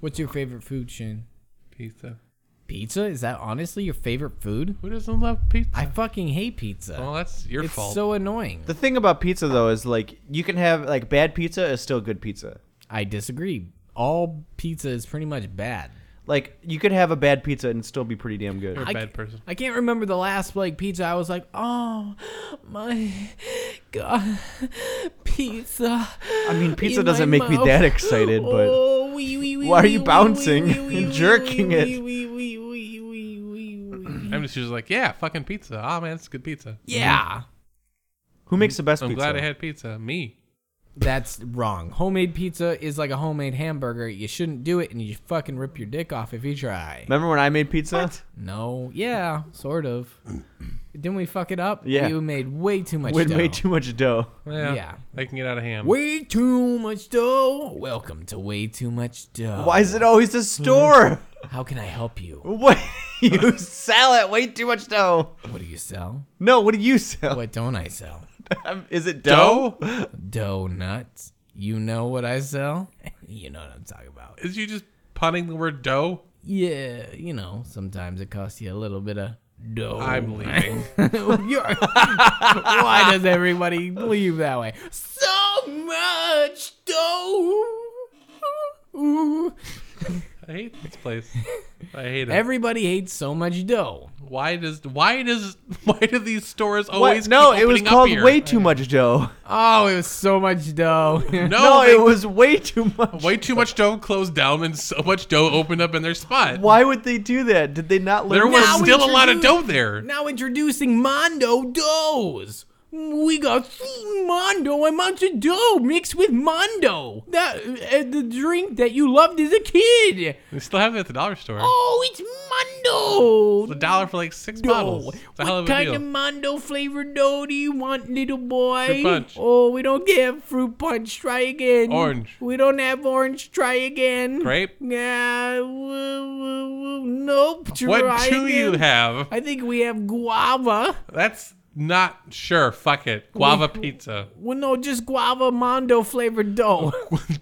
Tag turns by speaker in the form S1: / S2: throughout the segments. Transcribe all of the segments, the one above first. S1: What's your favorite food, Shin?
S2: Pizza.
S1: Pizza? Is that honestly your favorite food?
S2: Who doesn't love pizza?
S1: I fucking hate pizza.
S2: well, that's your
S1: it's
S2: fault.
S1: so annoying.
S3: The thing about pizza though is like you can have like bad pizza is still good pizza.
S1: I disagree. All pizza is pretty much bad.
S3: Like you could have a bad pizza and still be pretty damn good.
S2: You're a
S1: I
S2: bad
S1: c-
S2: person.
S1: I can't remember the last like pizza. I was like, oh my god, pizza.
S3: I mean, pizza
S1: in
S3: doesn't
S1: my
S3: make me
S1: mouth.
S3: that excited, but-
S1: Oh, wee, wee, wee,
S3: Why are
S1: wee,
S3: you
S1: wee,
S3: bouncing
S1: wee, wee,
S3: and
S1: wee,
S3: jerking
S1: wee,
S3: it?
S1: wee, wee, wee, wee, wee, wee.
S2: I'm just usually like, yeah, fucking pizza. Ah, man, it's good pizza.
S1: Yeah,
S3: Who makes the best
S2: I'm
S3: pizza?
S2: glad I had pizza. Me.
S1: that's wrong. Homemade pizza is like a homemade hamburger. You shouldn't do it, and you fucking rip your dick off if you try.
S3: Remember when I made pizza?
S1: No, yeah, sort of. Didn't we fuck it up?
S3: Yeah.
S1: you made way too much.
S3: We
S1: dough.
S3: made too much dough.
S2: Yeah.
S1: Yeah.
S2: I can get out of hand.
S1: Way too much dough. Welcome to Way Too Much Dough.
S3: Why is it always the store?
S1: How can I help you?
S3: What you sell it? Way too much dough.
S1: What do you sell?
S3: No, what do you sell?
S1: What don't I sell?
S3: Um, Is it dough?
S2: Dough?
S1: Dough nuts. You know what I sell? you know what I'm talking about.
S2: Is you just punning the word dough?
S1: Yeah, you know, sometimes it costs you a little bit of dough.
S2: I'm leaving.
S1: You're- Why does everybody leave that way? So much dough. Ooh.
S2: I hate this place. I hate it.
S1: Everybody hates so much dough.
S2: why does why does why do these stores
S3: What?
S2: always
S3: No,
S2: keep
S3: it was
S2: opening up
S3: called
S2: here?
S3: way too much dough.
S1: Oh, it was so much dough.
S2: No,
S3: No,
S2: they-
S3: it was way too much.
S2: way too much dough closed down and so much dough opened up in their spot.
S3: Why would they do that? Did they not learn?
S2: There was
S1: Now
S2: still a lot of dough
S1: introduce-
S2: there.
S1: Now introducing Mondo doughs. We got three Mondo amounts of dough mixed with Mondo. That uh, the drink that you loved as a kid.
S2: They still have it at the dollar store.
S1: Oh, it's Mondo.
S2: The dollar for like six
S1: dough.
S2: bottles. It's a hell
S1: What
S2: of a
S1: kind
S2: deal.
S1: of Mondo flavored dough do you want, little boy?
S2: Fruit punch.
S1: Oh, we don't get fruit punch. Try again.
S2: Orange.
S1: We don't have orange. Try again.
S2: Grape?
S1: Yeah. woo, woo, woo. Nope. Try
S2: what do you
S1: again.
S2: have?
S1: I think we have guava.
S2: That's not sure. Fuck it. Guava pizza.
S1: Well, no, just guava mondo flavored dough.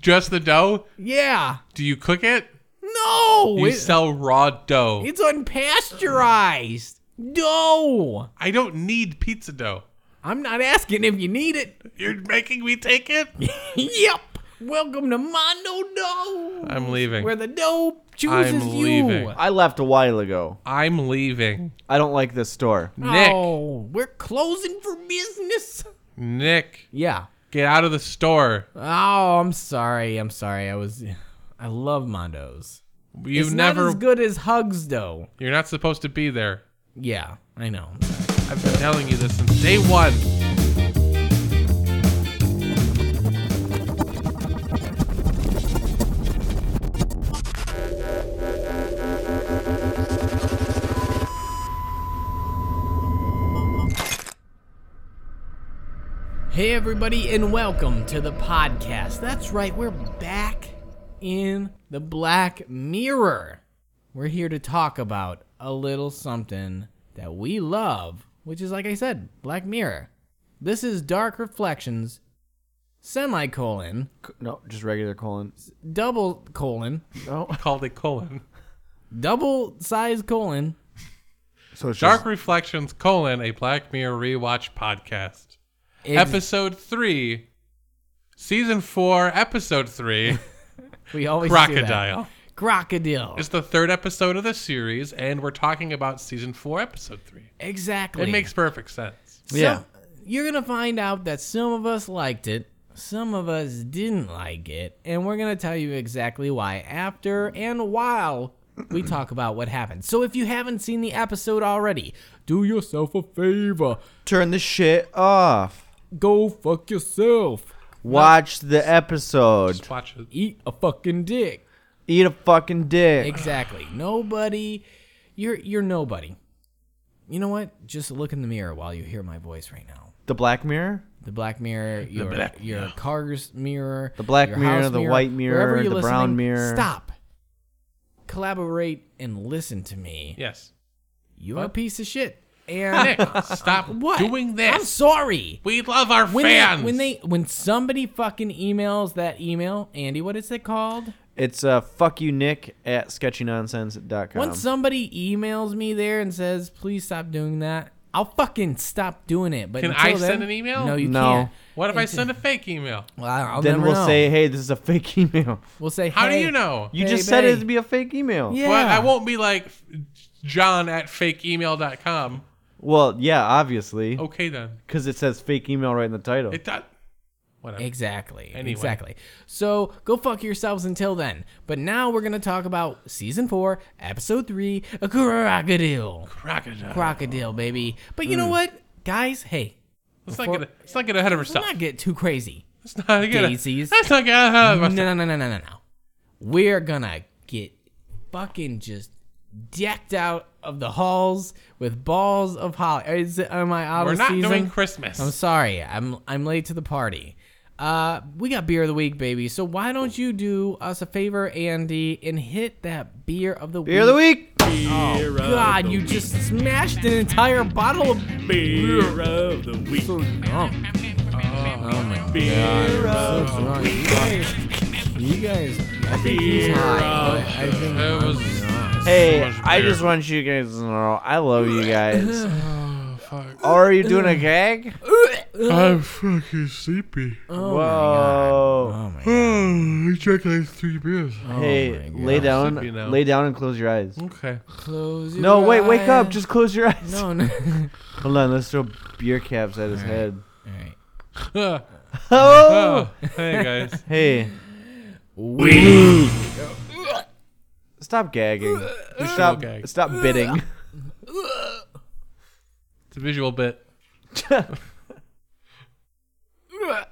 S2: Just the dough?
S1: yeah.
S2: Do you cook it?
S1: No,
S2: You
S1: it-
S2: sell raw dough.
S1: it's unpasteurized dough.
S2: I don't need pizza dough.
S1: I'm not asking if you need it.
S2: You're making me take it?
S1: yep. Welcome to mondo dough,
S2: I'm leaving.
S1: where the dough chooses
S2: I'm
S1: you.
S2: leaving.
S3: I left a while ago.
S2: I'm leaving.
S3: I don't like this store.
S2: Nick,
S1: Oh, we're closing for business.
S2: Nick,
S1: Yeah.
S2: get out of the store.
S1: Oh, I'm sorry. I'm sorry. I was. I love mondos.
S2: You
S1: it's
S2: never
S1: not as good as hugs, though.
S2: You're not supposed to be there.
S1: Yeah, I know.
S2: I've been telling you this since day 1.
S1: Hey, everybody, and welcome to the podcast. That's right, we're back in the Black Mirror. We're here to talk about a little something that we love, which is, like I said, Black Mirror. This is Dark Reflections, semicolon,
S3: C- No, just regular colon.
S1: double colon,
S3: No.
S2: Called it colon.
S1: double size colon.
S3: So it's
S2: Dark
S3: just-
S2: Reflections colon a Black Mirror rewatch podcast.
S1: Ex-
S2: Episode 3. Season 4, episode 3.
S1: we always do that.
S2: Crocodile.
S1: Crocodile.
S2: It's the third episode of the series and we're talking about season 4, episode 3.
S1: exactly.
S2: It makes perfect sense.
S1: So,
S3: Yeah.
S1: You're going to find out that some of us liked it, some of us didn't like it, and we're going to tell you exactly why after and while we talk about what happened. So if you haven't seen the episode already, do yourself a favor.
S3: turn the shit off.
S1: Go fuck yourself.
S3: Watch the episode.
S2: Just watch it.
S1: Eat a fucking dick.
S3: Eat a fucking dick.
S1: Exactly. Nobody you're you're nobody. You know what? Just look in the mirror while you hear my voice right now.
S3: The Black Mirror.
S1: the black mirror, your
S2: black
S1: your car's mirror,
S3: The black
S1: your
S3: mirror,
S1: house
S3: the white mirror,
S1: wherever you're
S3: the
S1: listening,
S3: brown mirror.
S1: Stop. Collaborate and listen to me.
S2: Yes.
S1: You're a piece of shit. And
S2: Nick, stop
S1: what?
S2: doing
S1: I'm
S2: this.
S1: sorry.
S2: we love our
S1: When they,
S2: fans.
S1: when they when somebody fucking emails that email, Andy, what is it called?
S3: It's uh, fuck you, Nick at sketchynonsense.com.
S1: Once somebody emails me there and says, "Please stop doing that," I'll fucking stop doing it. But
S2: Can
S1: until
S2: I
S1: then-
S2: send an email?
S1: No, you
S3: No.
S1: can't.
S2: What if I
S1: Until-
S2: send a fake email?
S1: Well, I'll
S3: then
S1: never
S3: we'll
S1: know.
S3: say, hey, this is a fake email.
S1: we'll say.
S2: How do
S1: "Hey,
S2: you know?
S3: You
S1: Hey,
S3: just said
S1: babe.
S3: it'd be a fake email.
S1: Yeah.
S2: Well, I won't be like John at fakeemail.com.
S3: Well, yeah, obviously,
S1: Oh.
S2: Okay then.
S3: because it says fake email right in the title.
S2: It does. Whatever.
S1: Exactly.
S2: Anyway.
S1: Exactly. So go fuck yourselves until then. But now we're gonna talk about season four, episode three, a crocodile.
S2: Crocodile.
S1: Crocodile, baby. But you know
S2: Mm.
S1: what, guys? Hey,
S2: let's, not get, let's not get ahead of
S1: let's
S2: ourselves.
S1: not get too crazy.
S2: Let's not get
S1: Daisies. Mm-hmm.
S2: Let's not get ahead of
S1: No,
S2: ourselves.
S1: no, no, no, no, no. no. We're gonna get fucking just decked out of the halls with balls of holly. Is it, am I out
S2: We're
S1: of
S2: not
S1: season?
S2: doing Christmas.
S1: I'm sorry. I'm I'm late to the party. Uh, we got beer of the week, baby. So why don't you do us a favor, Andy, and hit that beer of the
S3: Beer of the
S1: week?
S3: week.
S4: Beer of
S1: God,
S4: the
S1: you
S4: week.
S1: just smashed an entire bottle of
S4: beer of the week. Ah,
S1: so drunk. Oh my god,
S4: Beer
S1: so
S4: of
S1: drunk. You guys, you guys, I think he's
S4: Beer
S1: high.
S4: of
S1: but I think
S2: That was
S3: Hey,
S2: so much
S3: I
S2: beer.
S3: just want you guys to know I love you guys.
S2: Oh, fuck.
S3: Are you doing a gag?
S2: I'm fucking sleepy.
S1: Oh
S3: Whoa.
S1: my god. Oh my
S2: I drank like three beers.
S1: god.
S3: Hey,
S1: oh my
S3: lay
S1: God.
S2: Sleepy now.
S3: down, lay down, and close your eyes.
S2: Okay.
S1: Close your
S3: No, wait, wake up.
S1: eyes.
S3: Just close your eyes.
S1: No, no.
S3: Hold on, let's throw beer caps at his
S1: Alright.
S3: head.
S1: Alright.
S2: oh.
S3: Oh,
S2: hey guys.
S3: hey,
S4: Week.
S3: stop gagging. Stop,
S2: gag.
S3: stop bidding.
S2: It's a visual bit.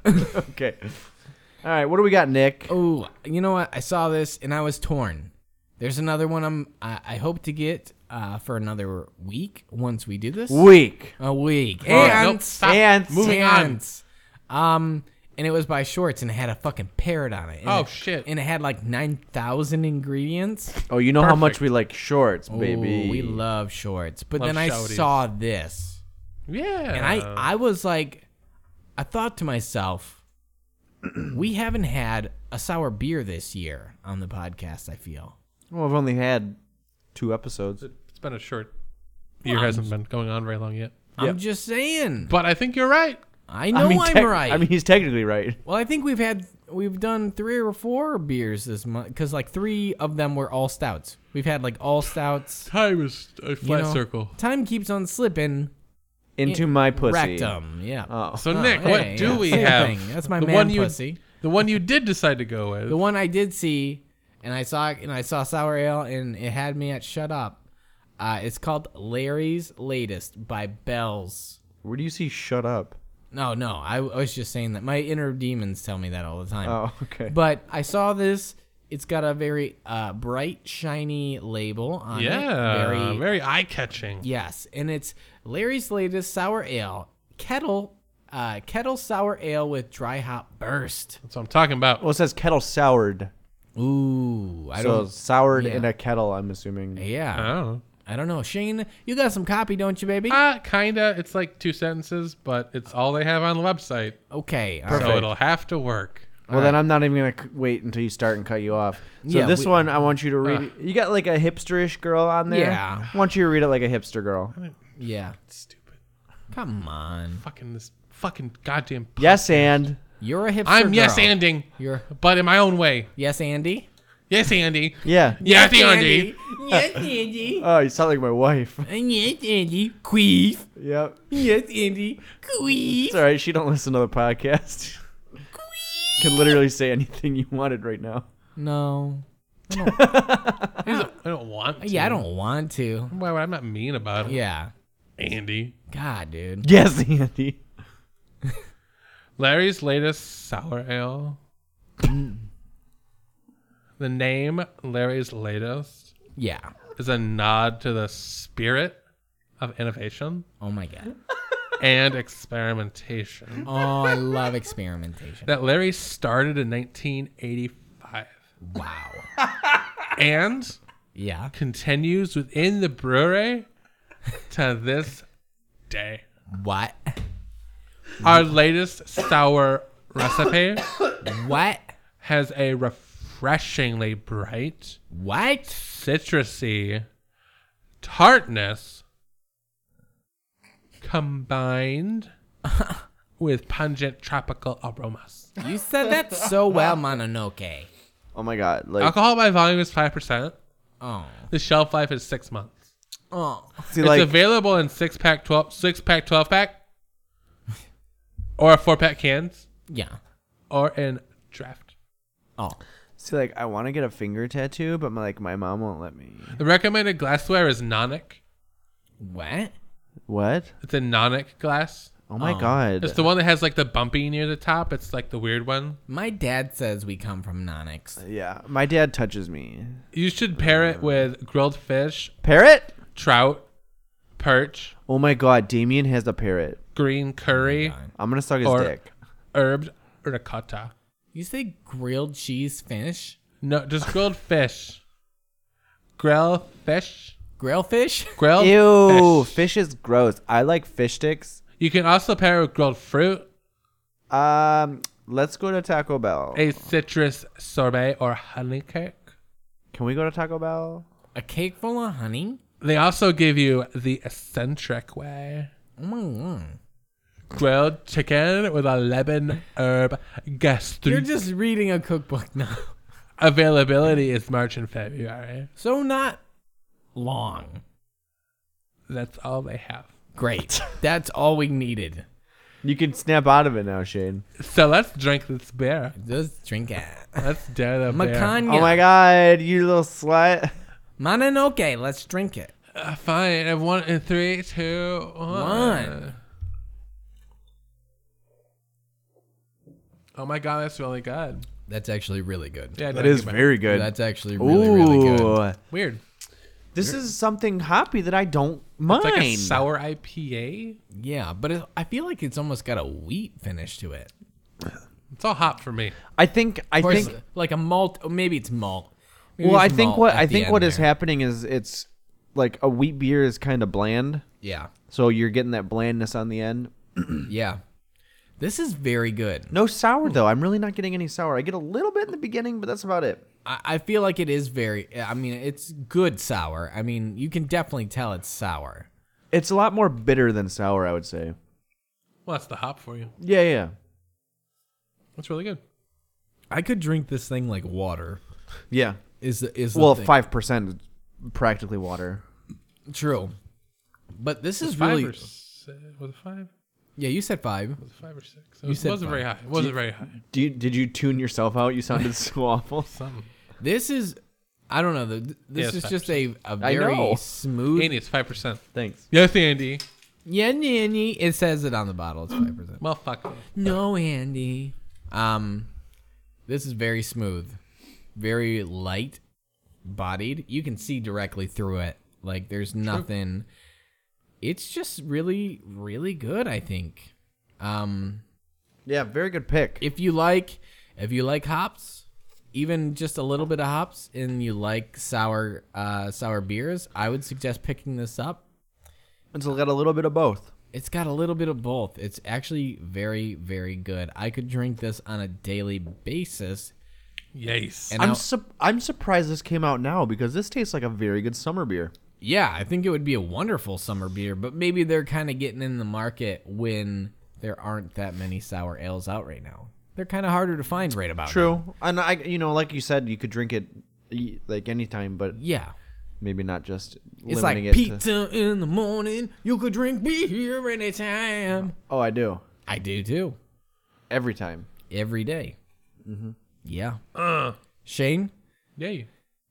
S3: okay. All right, what do we got, Nick?
S1: Oh, you know what? I saw this and I was torn. There's another one I'm I, I hope to get uh, for another week once we do this.
S3: Week.
S1: A week.
S2: Alright,
S1: and
S2: nope, stop.
S3: Ants.
S2: Moving on.
S1: Ants. Um, and it was by Shorts, and it had a fucking parrot on it. And
S2: Oh
S1: it-
S2: shit.
S1: And it had like nine thousand ingredients.
S3: Oh, you know how much
S2: Perfect.
S3: we like shorts, baby.
S1: Ooh, Oh, we love shorts. But
S2: Love Uh-huh.
S1: then I
S2: shorties.
S1: saw this,
S2: Yeah.
S1: and I I was like, I thought to myself, we haven't had a sour beer this year on the podcast. I feel.
S3: Well, I've only had two episodes.
S2: It's been a short year. Hasn't been going on very long yet.
S1: I'm just saying.
S2: But I think you're right.
S1: I know I am
S3: tec-
S1: right.
S3: I mean, he's technically right.
S1: well, I think we've had we've done three or four beers this month because like three of them were all stouts. We've had like all stouts.
S2: Time is a
S1: you
S2: flat
S1: know?
S2: circle.
S1: Time keeps on slipping.
S3: Into my pussy.
S1: Rectum. Yeah.
S3: Oh.
S2: So
S1: Oh,
S2: Nick,
S1: hey,
S2: what do
S1: yeah,
S2: we
S1: same
S2: have?
S1: thing. That's my
S2: the
S1: man
S2: one you,
S1: pussy.
S2: The one you did decide to go with.
S1: The one I did see, and I saw and I saw sour ale, and it had me at shut up. Uh, it's called Larry's Latest by Bells.
S3: Where do you see shut up?
S1: No, no, I, I was just saying that my inner demons tell me that all the time.
S3: Oh, okay.
S1: But I saw this. It's got a very uh, bright, shiny label on
S2: yeah.
S1: it.
S2: Very, eye catching.
S1: Yes, and it's Larry's latest sour ale kettle, uh, kettle sour ale with dry hop burst.
S2: That's what I'm talking about.
S3: well, it says kettle soured.
S1: Ooh, I
S3: so
S1: don't.
S3: soured
S1: yeah.
S3: in a kettle, I'm assuming.
S1: Yeah,
S2: Oh.
S1: I don't know. Shane, you got some copy, don't you, baby?
S2: Uh, kinda. It's like two sentences, but it's all they have on the website,
S1: okay. all
S2: so
S1: right.
S2: it'll have to work.
S3: Well, then I'm not even gonna c- wait until you start and cut you off. So
S1: Yeah,
S3: this
S1: we- uh.
S3: one, I want you to read. it. you got like a hipsterish girl on there.
S1: Yeah.
S3: I want you to read it like a hipster girl.
S1: Yeah.
S2: Stupid.
S1: Come on.
S2: Fucking this. Fucking goddamn.
S3: Yes, and
S1: You're a hipster.
S2: I'm
S1: girl.
S2: yes anding,
S1: You're
S2: but in my own way.
S1: yes Andy.
S2: Yes, Andy.
S3: yeah.
S2: Yes, Andy.
S1: Yes Andy.
S3: Oh, you sound like my wife.
S1: And yes Andy. Queef.
S3: yep.
S1: Yes Andy. Queef.
S3: It's all right. She don't listen to the podcast. Can literally say anything you wanted right now.
S1: No.
S2: I don't want. To.
S1: Yeah, I don't want to.
S2: Why would I'm not mean about it?
S1: Yeah.
S2: Andy.
S1: God, dude.
S3: Yes, Andy.
S2: Larry's latest sour ale.
S1: Mm.
S2: the name Larry's latest
S1: Yeah.
S2: is a nod to the spirit of innovation
S1: Oh my god.
S2: and experimentation
S1: Oh, I love experimentation.
S2: that Larry started in 1985
S1: Wow.
S2: and
S1: Yeah.
S2: continues within the brewery to this day.
S1: What?
S2: Our latest sour recipe
S1: What?
S2: has a ref- refreshingly bright,
S1: What?
S2: citrusy, tartness combined with pungent tropical aromas.
S1: You said that so well, Mononoke.
S3: Oh my god! Like,
S2: Alcohol by volume is 5%.
S1: Oh.
S2: The shelf life is six months.
S1: Oh.
S3: see,
S2: it's
S3: like
S2: available in six pack, 12, six pack, 12 pack, or four pack cans,
S1: Yeah.
S2: or in draft.
S1: Oh.
S3: see, like I want to get a finger tattoo, but my, like my mom won't let me.
S2: The recommended glassware is Nonic.
S1: What?
S3: What?
S2: It's a Nonic glass.
S3: Oh my
S1: Oh.
S3: god!
S2: It's the one that has like the bumpy near the top. It's like the weird one.
S1: My dad says we come from Nonix.
S3: yeah, my dad touches me.
S2: You should pair it with grilled fish,
S3: Parrot?
S2: trout, perch,
S3: Oh my god! Damien has a parrot.
S2: green curry,
S3: I'm gonna suck his
S2: Or-
S3: dick.
S2: herbed ricotta.
S1: You say grilled cheese fish?
S2: No, just grilled fish. Grill fish.
S1: Grill fish?
S2: Grilled
S3: Ew,
S2: fish.
S3: fish is gross. I like fish sticks.
S2: You can also pair it with grilled fruit,
S3: Um, let's go to Taco Bell.
S2: a citrus sorbet, or honey cake.
S3: Can we go to Taco Bell?
S1: A cake full of honey?
S2: They also give you the eccentric way.
S1: Oh my god.
S2: Grilled chicken with a lemon herb
S1: You're
S3: Mm.
S2: gastrique.
S1: just reading a cookbook now.
S2: Availability is March and February.
S1: So not long.
S2: That's all they have.
S1: Great. That's all we needed.
S3: You can snap out of it now, Shane.
S2: So let's drink this beer.
S1: Just drink it.
S2: Let's dare the beer.
S1: Macanya.
S3: Oh my god, you little slut.
S1: Mononoke, let's drink it.
S2: Uh, fine. I want in three, two, one.
S1: One.
S2: Oh my god, that's really good.
S1: That's actually really good.
S2: Yeah, I
S3: That
S2: drank
S3: is
S2: it, but-
S3: very good.
S1: That's actually
S3: Ooh,
S1: really, really good.
S2: weird.
S3: this is something hoppy that I don't mind.
S2: It's like a sour IPA.
S1: Yeah, but it, I feel like it's almost got a wheat finish to it.
S2: It's all hop for me.
S3: I think. I
S1: Or is
S3: think.
S1: it like a malt, or maybe it's malt. Maybe
S3: Well, I
S1: it's
S3: think
S1: uh, malt
S3: what
S1: at
S3: I
S1: the
S3: think
S1: end
S3: what is
S1: there.
S3: happening is it's like a wheat beer is kind of bland,
S1: Yeah,
S3: so you're getting that blandness on the end.
S1: yeah. This is very good.
S3: No sour though. I'm really not getting any sour. I get a little bit in the beginning, but that's about it.
S1: I, I feel like it is very. I mean, it's good sour. I mean, you can definitely tell it's sour.
S3: It's a lot more bitter than sour, I would say.
S2: Well, that's the hop for you.
S3: Yeah, yeah.
S2: That's really good.
S1: I could drink this thing like water.
S3: Yeah.
S1: Is the, is the
S3: Well,
S1: thing.
S3: five percent is practically water.
S1: true. But this is
S2: Five
S1: really
S2: or six, was it five?
S1: yeah. You said five.
S2: Was it five or six? It
S1: You
S2: was,
S1: said
S2: not very high. It wasn't very high.
S3: Do you, did you tune yourself out? You sounded so awful.
S2: Something.
S1: This is I don't know. The, this
S2: it's
S1: is just a, a
S3: I know.
S1: very smooth.
S2: Andy, it's five percent.
S3: Thanks.
S2: Yes, Andy.
S1: Yeah, Andy. It says it on the bottle. It's five percent.
S2: Well, fuck. me.
S1: No, Andy. Um, this is very smooth, very light bodied. You can see directly through it. Like there's nothing. It's just really, really good. I think. Um,
S3: Yeah, very good pick.
S1: if you like if you like hops even just a little bit of hops and you like sour uh, sour beers i would suggest picking this up
S3: It's got a little bit of both.
S1: it's got a little bit of both it's actually very very good i could drink this on a daily basis
S2: Yes.
S1: and
S3: I'm
S1: i
S3: su- I'm surprised this came out now because this tastes like a very good summer beer.
S1: yeah i think it would be a wonderful summer beer but maybe they're kind of getting in the market when there aren't that many sour ales out right now they're kind of harder to find right about now.
S3: True, and I you know like you said, you could drink it y- like anytime, but
S1: yeah
S3: maybe not just
S1: it's like
S3: limiting it to-
S1: pizza in the morning you could drink beer anytime
S3: oh, I do
S1: I do too.
S3: every time.
S1: Every day.
S3: Mm-hmm.
S1: Yeah. Shane,
S2: Yay.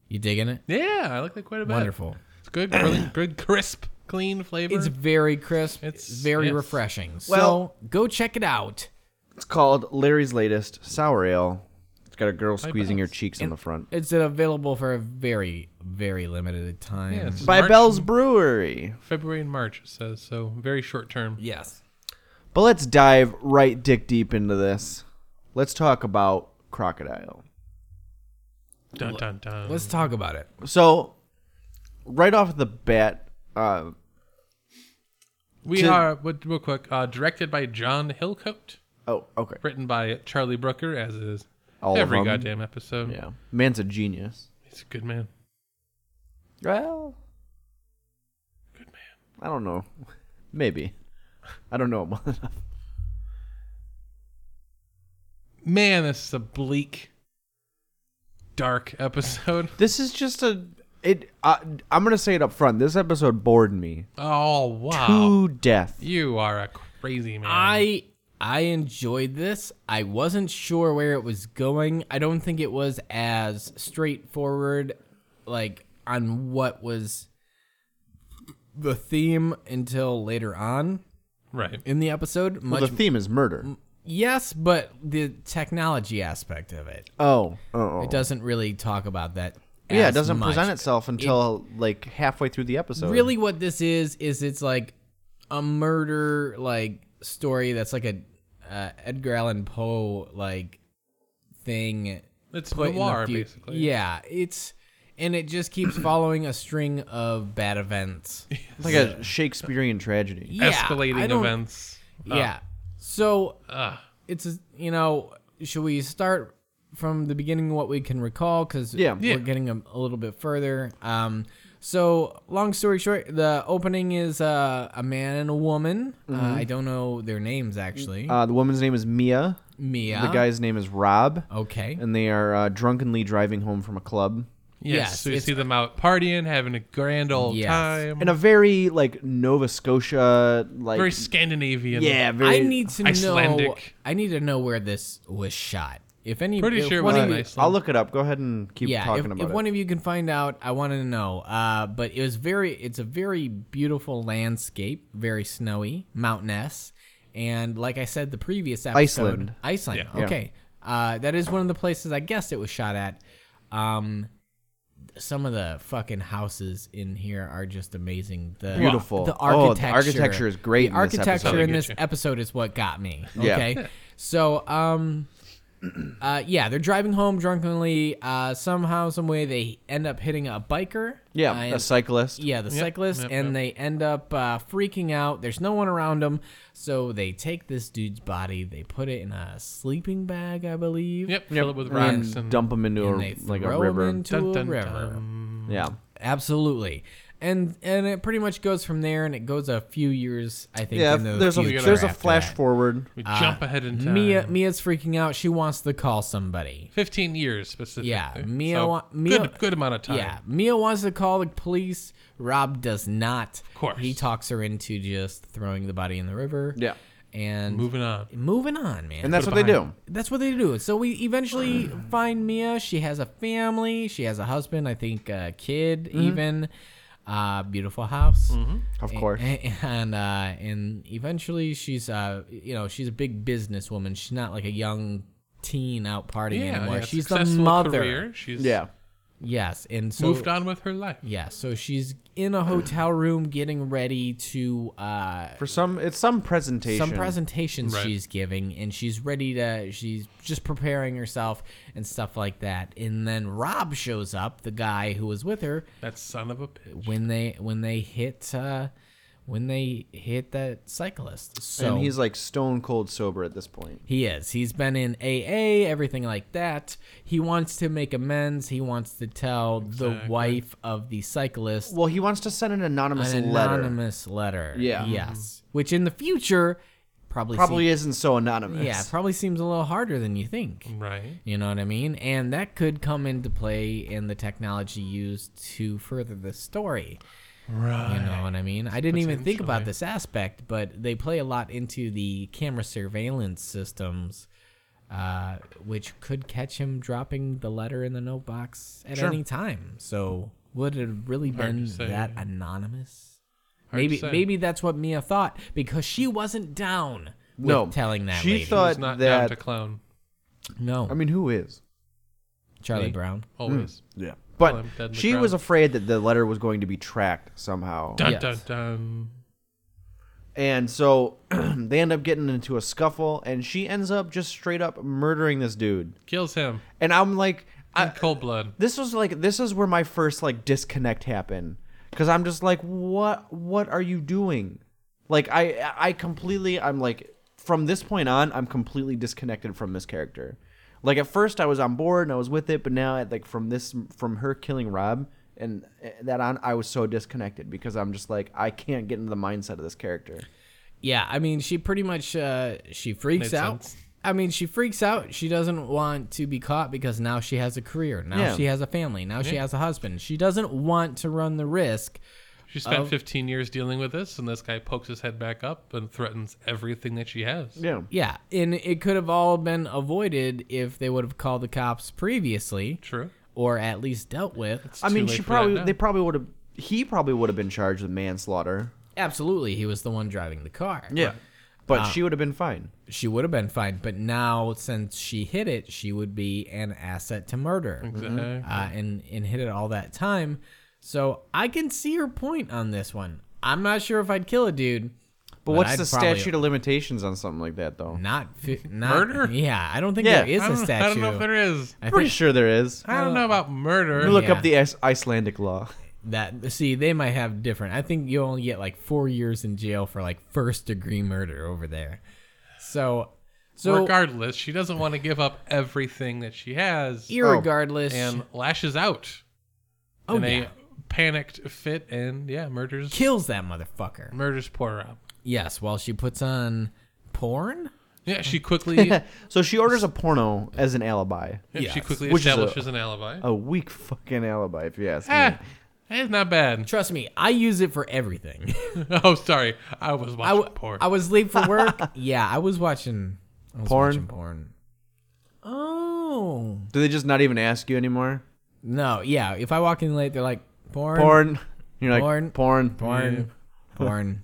S1: you digging it?
S2: Yeah, I like that quite a bit.
S1: Wonderful.
S2: It's good, really good, crisp, clean flavor.
S1: It's very crisp. It's
S2: It's-
S1: very
S2: yes.
S1: refreshing. So
S3: Well-
S1: go check it out.
S3: It's called Larry's latest sour ale. It's got a girl squeezing
S2: bet.
S3: her cheeks on the front.
S1: It's available for a very, very limited time.
S2: Yeah, it's
S3: by
S2: March-
S3: Bell's Brewery.
S2: February and March, it says. So very short term.
S1: Yes.
S3: But let's dive right dick deep into this. Let's talk about crocodile.
S2: Dun, dun, dun.
S1: Let's talk about it.
S3: Um, So, right off the bat, uh,
S2: We
S3: to-
S2: are, but real quick, uh, directed by John Hillcoat,
S3: oh, okay,
S2: written by Charlie Brooker, as is
S3: All of
S2: Every
S3: 'em.
S2: goddamn episode.
S3: Yeah, man's a genius.
S2: He's a good man.
S3: Well, good man. I don't know. Maybe. I don't know him well enough.
S2: Man, this is a bleak, dark episode.
S3: This is just a. It. I I'm gonna say it up front. This episode bored me
S2: Oh, wow.
S3: to death.
S2: You are a crazy man.
S1: I I enjoyed this. I wasn't sure where it was going. I don't think it was as straightforward like on what was the theme until later on
S2: Right.
S1: in the episode. Much
S3: Well, the theme is murder.
S1: yes, but the technology aspect of it.
S3: Oh, oh, oh.
S1: It doesn't really talk about that.
S3: Yeah, it
S1: as
S3: doesn't
S1: much.
S3: present itself until like halfway through the episode.
S1: Really, what this is is it's like a murder like story that's like a uh, Edgar Allan Poe like thing.
S2: It's
S1: put in the
S2: noir,
S1: fu-
S2: basically.
S1: Yeah, it's and it just keeps following a string of bad events.
S3: like a Shakespearean tragedy.
S1: Yeah, I
S2: Escalating
S1: don't-
S2: events. Ah,
S1: Yeah, so
S2: Ugh.
S1: it's you know should we start from the beginning what we can recall because
S3: Yeah.
S1: we're
S2: Yeah.
S1: getting a, a little bit further um so long story short the opening is uh, a man and a woman uh, i don't know their names actually
S3: Mm-hmm. Uh, the woman's name is Mia.
S1: mia
S3: The guy's name is Rob,
S1: okay
S3: and they are uh, drunkenly driving home from a club
S2: Yes,
S1: Yes,
S2: so you
S1: it's-
S2: see them out partying, having a grand old
S1: Yes.
S2: time.
S3: in a very like Nova Scotia like
S2: very Scandinavian.
S3: yeah very
S1: i need to know
S2: Icelandic.
S1: i need to know where this was shot if any
S2: Pretty
S1: if
S2: sure it
S1: one
S2: was
S1: of
S2: in
S1: you-
S2: Iceland.
S3: uh, I'll look it up. Go ahead and keep
S1: yeah if,
S3: talking about
S1: if
S3: it.
S1: one of you can find out i want to know uh, but it was very it's a very beautiful landscape very snowy mountainous and like i said the previous episode
S3: Iceland.
S1: iceland
S2: Yeah.
S1: okay Uh, that is one of the places i guessed it was shot at um, some of the fucking houses in here are just amazing the
S3: Beautiful.
S1: the
S3: Oh,
S1: architecture
S3: the architecture is great
S1: the
S3: in this
S1: architecture
S3: episode.
S1: in
S2: Get
S1: this
S2: you.
S1: episode is what got me
S3: Yeah.
S1: okay so um uh, yeah, they're driving home drunkenly. Uh, somehow, some way, they end up hitting a biker.
S3: yeah,
S1: Uh,
S3: a
S1: and-
S3: cyclist.
S1: yeah, the
S2: Yep,
S1: cyclist,
S2: yep,
S1: and
S2: yep.
S1: they end up uh, freaking out. There's no one around them, so they take this dude's body. They put it in a sleeping bag, I believe.
S2: Yep, fill it with
S3: and,
S2: rocks and
S3: dump him into
S1: and
S3: a,
S1: they
S3: like a
S1: throw
S3: river.
S1: him into
S2: Dun,
S1: a
S2: dun,
S1: river.
S2: dun.
S3: yeah,
S1: Absolutely. And and it pretty much goes from there, and it goes a few years, I think.
S3: yeah.
S1: into the
S3: There's a
S1: future
S3: there's a
S1: after
S3: flash
S1: that.
S3: forward.
S2: We jump ahead in time.
S1: Uh, Mia Mia's freaking out. She wants to call somebody.
S2: Fifteen years specifically.
S1: Yeah, Mia
S2: So,
S1: wa- Mia-
S2: good, good amount of time.
S1: Yeah, Mia wants to call the police. Rob does not. Of
S2: course.
S1: He talks her into just throwing the body in the river.
S3: Yeah,
S1: And
S2: Moving on.
S1: moving on, man.
S3: and
S1: that's,
S3: that's
S2: Put
S3: what
S2: it
S3: they do.
S2: behind.
S1: what they do. So we eventually find Mia. She has a family. She has a husband, I think a kid even. Uh, beautiful house.
S3: Mm-hmm.
S2: Mm-hmm.
S3: Of course.
S1: And uh, and eventually she's uh you know she's a big businesswoman. She's not like a young teen out partying
S2: Yeah,
S1: anymore.
S2: yeah,
S1: she's the
S2: successful
S1: mother.
S2: Career. She's
S3: Yeah,
S1: Yes, and so
S2: moved on with her life.
S1: Yeah, so she's in a hotel room getting ready to uh
S3: for some it's some presentation.
S1: some presentations
S2: Right.
S1: she's giving and she's ready to she's just preparing herself and stuff like that. And then Rob shows up, the guy who was with her
S2: That son of a bitch.
S1: when they when they hit uh when they hit that cyclist. So
S3: and he's like stone cold sober at this point.
S1: He is. He's been in AA, everything like that. He wants to make amends. He wants to tell the wife of the cyclist
S3: Well, he wants to send an anonymous
S1: an
S3: letter.
S1: anonymous letter.
S3: Yeah.
S2: Mm-hmm.
S1: Yes. Which in the future probably
S3: Probably
S1: seem-
S3: isn't so anonymous.
S1: yeah probably seems a little harder than you think.
S3: Mm.
S2: Right.
S1: You know what I mean? And that could come into play in the technology used to further the story.
S2: Right.
S1: You know what I mean? I didn't even think about
S2: Potentially.
S1: this aspect, but they play a lot into the camera surveillance systems, uh, which could catch him dropping the letter in the note box at
S3: Sure.
S1: any time. So would it have really
S2: Hard to
S1: been
S2: say,
S1: that
S2: yeah.
S1: anonymous?
S2: Hard to
S1: maybe
S2: say.
S1: maybe that's what Mia thought because she wasn't down with
S3: No,
S1: telling that
S3: she
S1: lady.
S2: She's
S3: thought
S2: not down
S3: that-
S2: to clown.
S1: no,
S3: I mean, who is?
S1: Charlie
S2: me?
S1: Brown.
S2: Always.
S3: Yeah.
S2: Well,
S3: But
S2: I'm dead in the
S3: she
S2: ground.
S3: was afraid that the letter was going to be tracked somehow.
S2: Dun
S1: Yes.
S2: dun dun.
S3: And so they end up getting into a scuffle, and she ends up just straight up murdering this dude.
S2: Kills him.
S3: And I'm like,
S2: In
S3: I,
S2: cold blood.
S3: this was like, this is where my first like disconnect happened, because I'm just like, what, what are you doing? Like, I, I completely, I'm like, from this point on, I'm completely disconnected from this character. Like at first I was on board and I was with it, but now at, like from this from her killing Rob and eh, that on I was so disconnected because I'm just like I can't get into the mindset of this character.
S1: Yeah, I mean, she pretty much uh, she freaks
S2: Makes
S1: out.
S2: sense.
S1: I mean, she freaks out. She doesn't want to be caught because now she has a career. Now
S3: Yeah.
S1: she has a family. Now she has a husband. She doesn't want to run the risk.
S2: She spent
S1: Oh.
S2: 15 years dealing with this, and this guy pokes his head back up and threatens everything that she has.
S3: Yeah.
S1: Yeah, and it could have all been avoided if they would have called the cops previously
S2: True.
S1: or at least dealt with.
S2: It's
S3: I
S2: too
S3: mean,
S2: late
S3: she
S2: for that
S3: probably
S2: now.
S3: they probably would have he probably would have been charged with manslaughter.
S1: Absolutely, he was the one driving the car.
S3: Yeah. But
S2: Uh.
S3: she would have been fine.
S1: She would have been fine, but now since she hit it, she would be an asset to murder.
S3: Mm-hmm.
S2: Exactly.
S1: uh, and and hit it all that time. So I can see your point on this one. I'm not sure if I'd kill a dude.
S3: But what's
S1: I'd
S3: the
S1: probably-
S3: statute of limitations on something like that though?
S1: Not, fi- not
S2: Murder?
S1: Yeah, I don't think
S3: Yeah,
S1: there is
S2: I,
S1: a
S2: don't, I
S1: statute.
S2: don't know if there is.
S1: I
S3: Pretty
S1: think
S3: sure there is.
S2: I don't know about murder.
S3: Uh, Look
S1: Yeah.
S3: up the Ice- Icelandic law.
S1: that see they might have different. I think you only get like four years in jail for like first degree murder over there. So, so
S2: Regardless, she doesn't want to give up everything that she
S3: Oh,
S2: has
S1: irregardless,
S2: and lashes out
S1: oh
S2: in
S1: yeah,
S2: a panicked fit and, yeah, murders
S1: kills that motherfucker.
S2: murders poor Rob.
S1: Yes, while she puts on porn.
S2: Yeah, she quickly
S3: so she orders a porno as an alibi.
S2: she quickly
S3: Which is a-
S2: establishes an alibi.
S3: A weak fucking alibi, if you ask me.
S2: Ah, it's not bad.
S1: Trust me, I use it for everything.
S2: Oh, sorry, I was watching
S1: I, w-
S2: porn.
S1: I was late for work. yeah, I was watching I was
S3: Porn?
S1: Watching porn. Oh
S3: Do they just not even ask you anymore?
S1: no! Yeah, if I walk in late, they're like porn,
S3: Porn. You're like
S1: Porn.
S3: porn. Porn.
S1: porn, porn.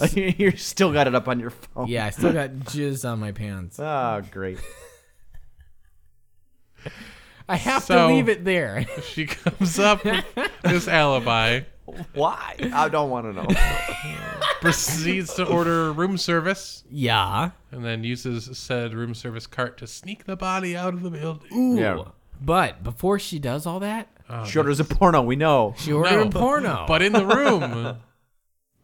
S3: you still got it up on your phone.
S1: Yeah, I still got jizz on my pants.
S3: Oh, great.
S1: I have
S2: So-
S1: to leave it there.
S2: she comes up with this alibi,
S3: Why? I don't want to know.
S2: proceeds to order room service,
S1: yeah.
S2: and then uses said room service cart to sneak the body out of the building.
S1: Ooh.
S3: Yeah.
S1: But before she does all that,
S3: She orders a porno. We know.
S1: she ordered
S2: No,
S1: a porno.
S2: But in the room,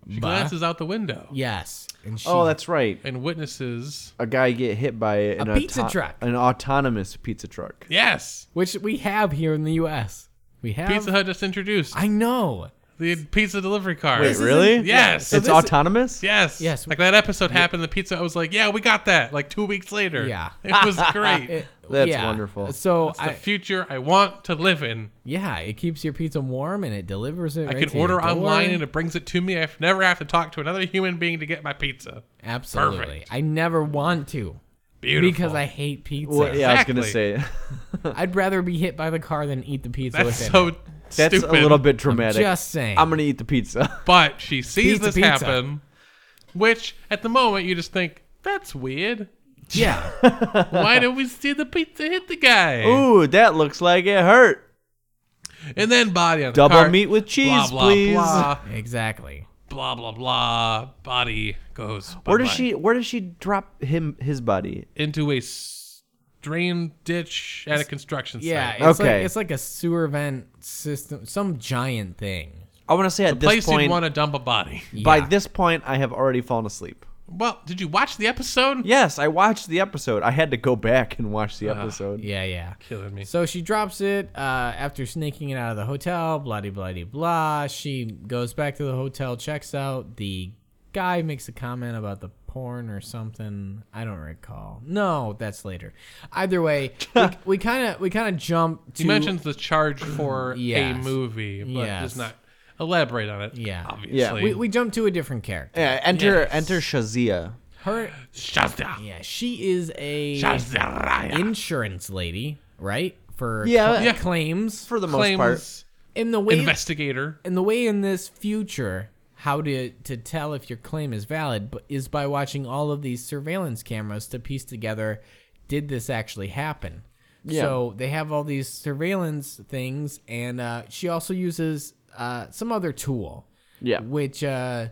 S2: she
S1: Bah.
S2: glances out the window
S1: yes, and she
S3: Oh, that's right.
S2: and witnesses.
S3: A guy get hit by an
S1: pizza truck.
S3: An autonomous pizza truck.
S2: Yes,
S1: which we have here in the U.S. We have.
S2: Pizza Hut just introduced
S1: Um, I know.
S2: the pizza delivery cart.
S3: Wait, really?
S2: Yes.
S3: it's
S1: this-
S3: autonomous?
S2: Yes.
S1: Yes.
S2: Like that episode happened. The pizza. I was like, yeah, we got that. Like two weeks later.
S1: Yeah.
S2: It was great.
S1: It-
S3: That's
S1: yeah.
S3: wonderful.
S1: So
S2: the
S1: I,
S2: future I want to live in.
S1: Yeah, it keeps your pizza warm and it delivers it.
S2: I can order online and it brings it to me. I never have to talk to another human being to get my pizza.
S1: absolutely.
S2: Perfect.
S1: I never want to
S2: Beautiful.
S1: because I hate pizza.
S3: Well, yeah, I was
S2: Exactly.
S3: going to say.
S1: I'd rather be hit by the car than eat the pizza.
S2: that's
S1: with it.
S2: so
S3: That's
S2: stupid.
S3: a little bit dramatic.
S1: Just saying.
S3: I'm going to eat the pizza.
S2: But she sees
S1: Pizza,
S2: this
S1: pizza.
S2: happen, which at the moment you just think that's weird.
S1: yeah,
S2: Why did we see the pizza hit the guy?
S3: Ooh, that looks like it hurt.
S2: And then body on the
S3: Double
S2: cart.
S3: meat with
S2: Blah,
S3: cheese,
S2: blah,
S3: please.
S2: Blah.
S1: exactly.
S2: blah blah blah body goes
S3: Where does
S2: bye-bye.
S3: she? Where does she drop him? His body?
S2: into a s- drain ditch at a construction
S1: Yeah,
S2: site
S1: it's
S3: Okay.
S1: like it's like a sewer vent system, some giant thing.
S3: I want to say at this
S2: place you'd
S3: point.
S2: want to dump a body
S3: By
S1: Yeah.
S3: this point, I have already fallen asleep.
S2: well did you watch the episode
S3: Yes, I watched the episode. I had to go back and watch the episode.
S1: Yeah, yeah.
S2: killing me
S1: So she drops it uh, after sneaking it out of the hotel, blah de blah de blah. She goes back to the hotel, checks out. The guy makes a comment about the porn or something. I don't recall. No, that's later. Either way, we kind of we kind of jump to
S2: he mentions the charge for
S1: Yes.
S2: a movie but
S1: Yes.
S2: does not elaborate on it
S1: Yeah.
S2: obviously
S3: Yeah.
S1: we, we jump to a different character.
S3: Yeah, enter enter Shazia.
S1: Her
S2: Shazda.
S1: yeah, she is a
S2: Shazda.
S1: insurance lady, right? For
S3: Yeah.
S1: cl-
S3: Yeah.
S1: claims
S3: For the most
S2: claims
S3: part,
S1: in the way
S2: investigator
S1: and the way in this future how to to tell if your claim is valid b- is by watching all of these surveillance cameras to piece together did this actually happen
S3: Yeah.
S1: so they have all these surveillance things and uh, she also uses uh, some other tool
S3: Yeah.
S1: which uh,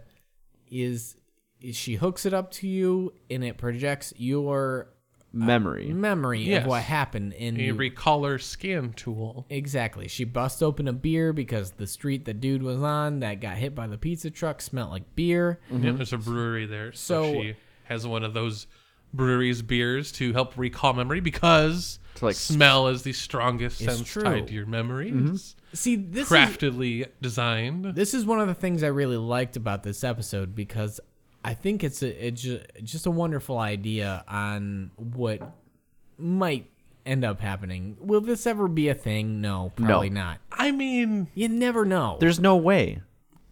S1: is, is she hooks it up to you and it projects your
S2: uh, mm.
S3: memory.
S1: memory
S2: Yes.
S1: of what happened in
S2: a recaller scan tool
S1: Exactly. She busts open a beer because the street the dude was on that got hit by the pizza truck smelled like beer.
S2: Yeah, there's a brewery there so,
S1: Mm-hmm. So-
S2: she has one of those breweries' beers to help recall memory because
S3: To, like,
S2: smell is the strongest
S1: It's
S2: sense
S1: true. Mm-hmm.
S2: tied to your memory. It's
S1: See, this is,
S2: craftedly designed.
S1: this is one of the things I really liked about this episode because I think it's a it's ju- just a wonderful idea on what might end up happening. Will this ever be a thing? No, probably not.
S2: I mean,
S1: You never know.
S3: There's no way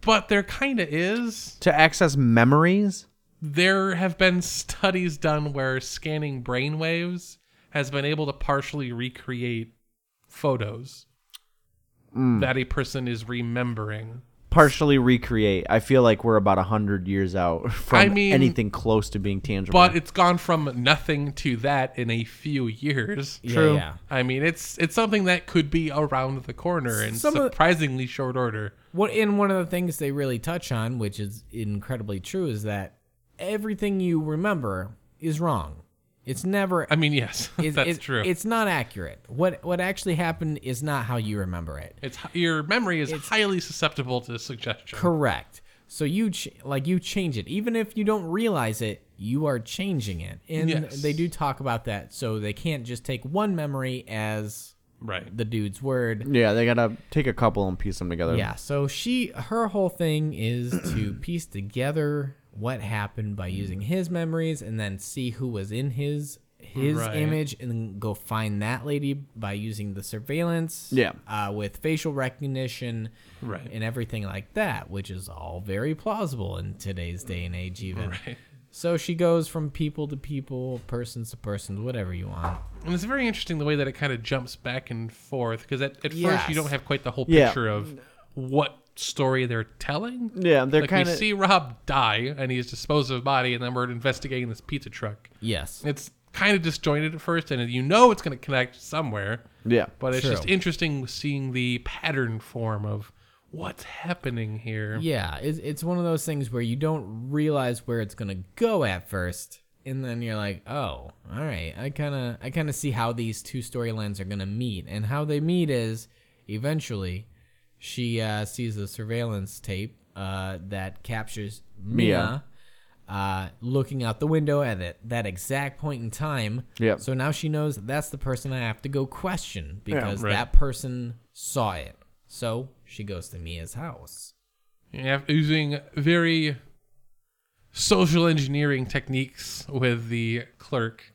S2: but there kind of is.
S3: to access memories.
S2: There have been studies done where scanning brain waves has been able to partially recreate photos that a person is remembering.
S3: Partially recreate. I feel like we're about hundred years out from
S2: I mean,
S3: anything close to being tangible.
S2: But it's gone from nothing to that in a few years.
S1: Yeah, True. yeah.
S2: I mean, it's it's something that could be around the corner in
S1: Some of-
S2: surprisingly short order.
S1: What and one of the things they really touch on, which is incredibly true, is that everything you remember is wrong. It's never.
S2: I mean, yes,
S1: it's,
S2: that's
S1: it's-
S2: true. It's,
S1: It's not accurate. What what actually happened is not how you remember it.
S2: your memory is highly susceptible to suggestion.
S1: Correct. So you ch- like you change it, even if you don't realize it, you are changing it, and
S2: Yes.
S1: they do talk about that. So they can't just take one memory as
S2: right.
S1: the dude's word.
S3: yeah, they gotta take a couple and piece them together.
S1: Yeah, so she her whole thing is to piece together what happened by using his memories and then see who was in his his
S2: Right.
S1: image and then go find that lady by using the surveillance
S3: Yeah.
S1: uh, with facial recognition
S2: Right.
S1: and everything like that which is all very plausible in today's day and age even
S2: Right.
S1: so she goes from people to people person to person whatever you want
S2: And it's very interesting the way that it kind of jumps back and forth because at, at first
S1: Yes.
S2: you don't have quite the whole
S3: Yeah.
S2: picture of what story they're telling.
S3: yeah, they're
S2: Like
S3: kind
S2: we
S3: of.
S2: see Rob die and he's disposed of his body, and then we're investigating this pizza truck.
S1: yes
S2: It's kind of disjointed at first, and you know it's going to connect somewhere,
S3: Yeah,
S2: but it's
S1: True.
S2: just interesting seeing the pattern form of what's happening here.
S1: Yeah, it's, it's one of those things where you don't realize where it's gonna go at first, and then you're like, oh, all right, I kind of I kind of see how these two storylines are gonna meet, and how they meet is eventually she uh, sees the surveillance tape uh, that captures Mia. Uh, looking out the window at it, that exact point in time.
S3: Yep.
S1: So now she knows that's the person I have to go question because
S2: right.
S1: that person saw it. So she goes to Mia's house.
S2: Yeah, using very social engineering techniques with the clerk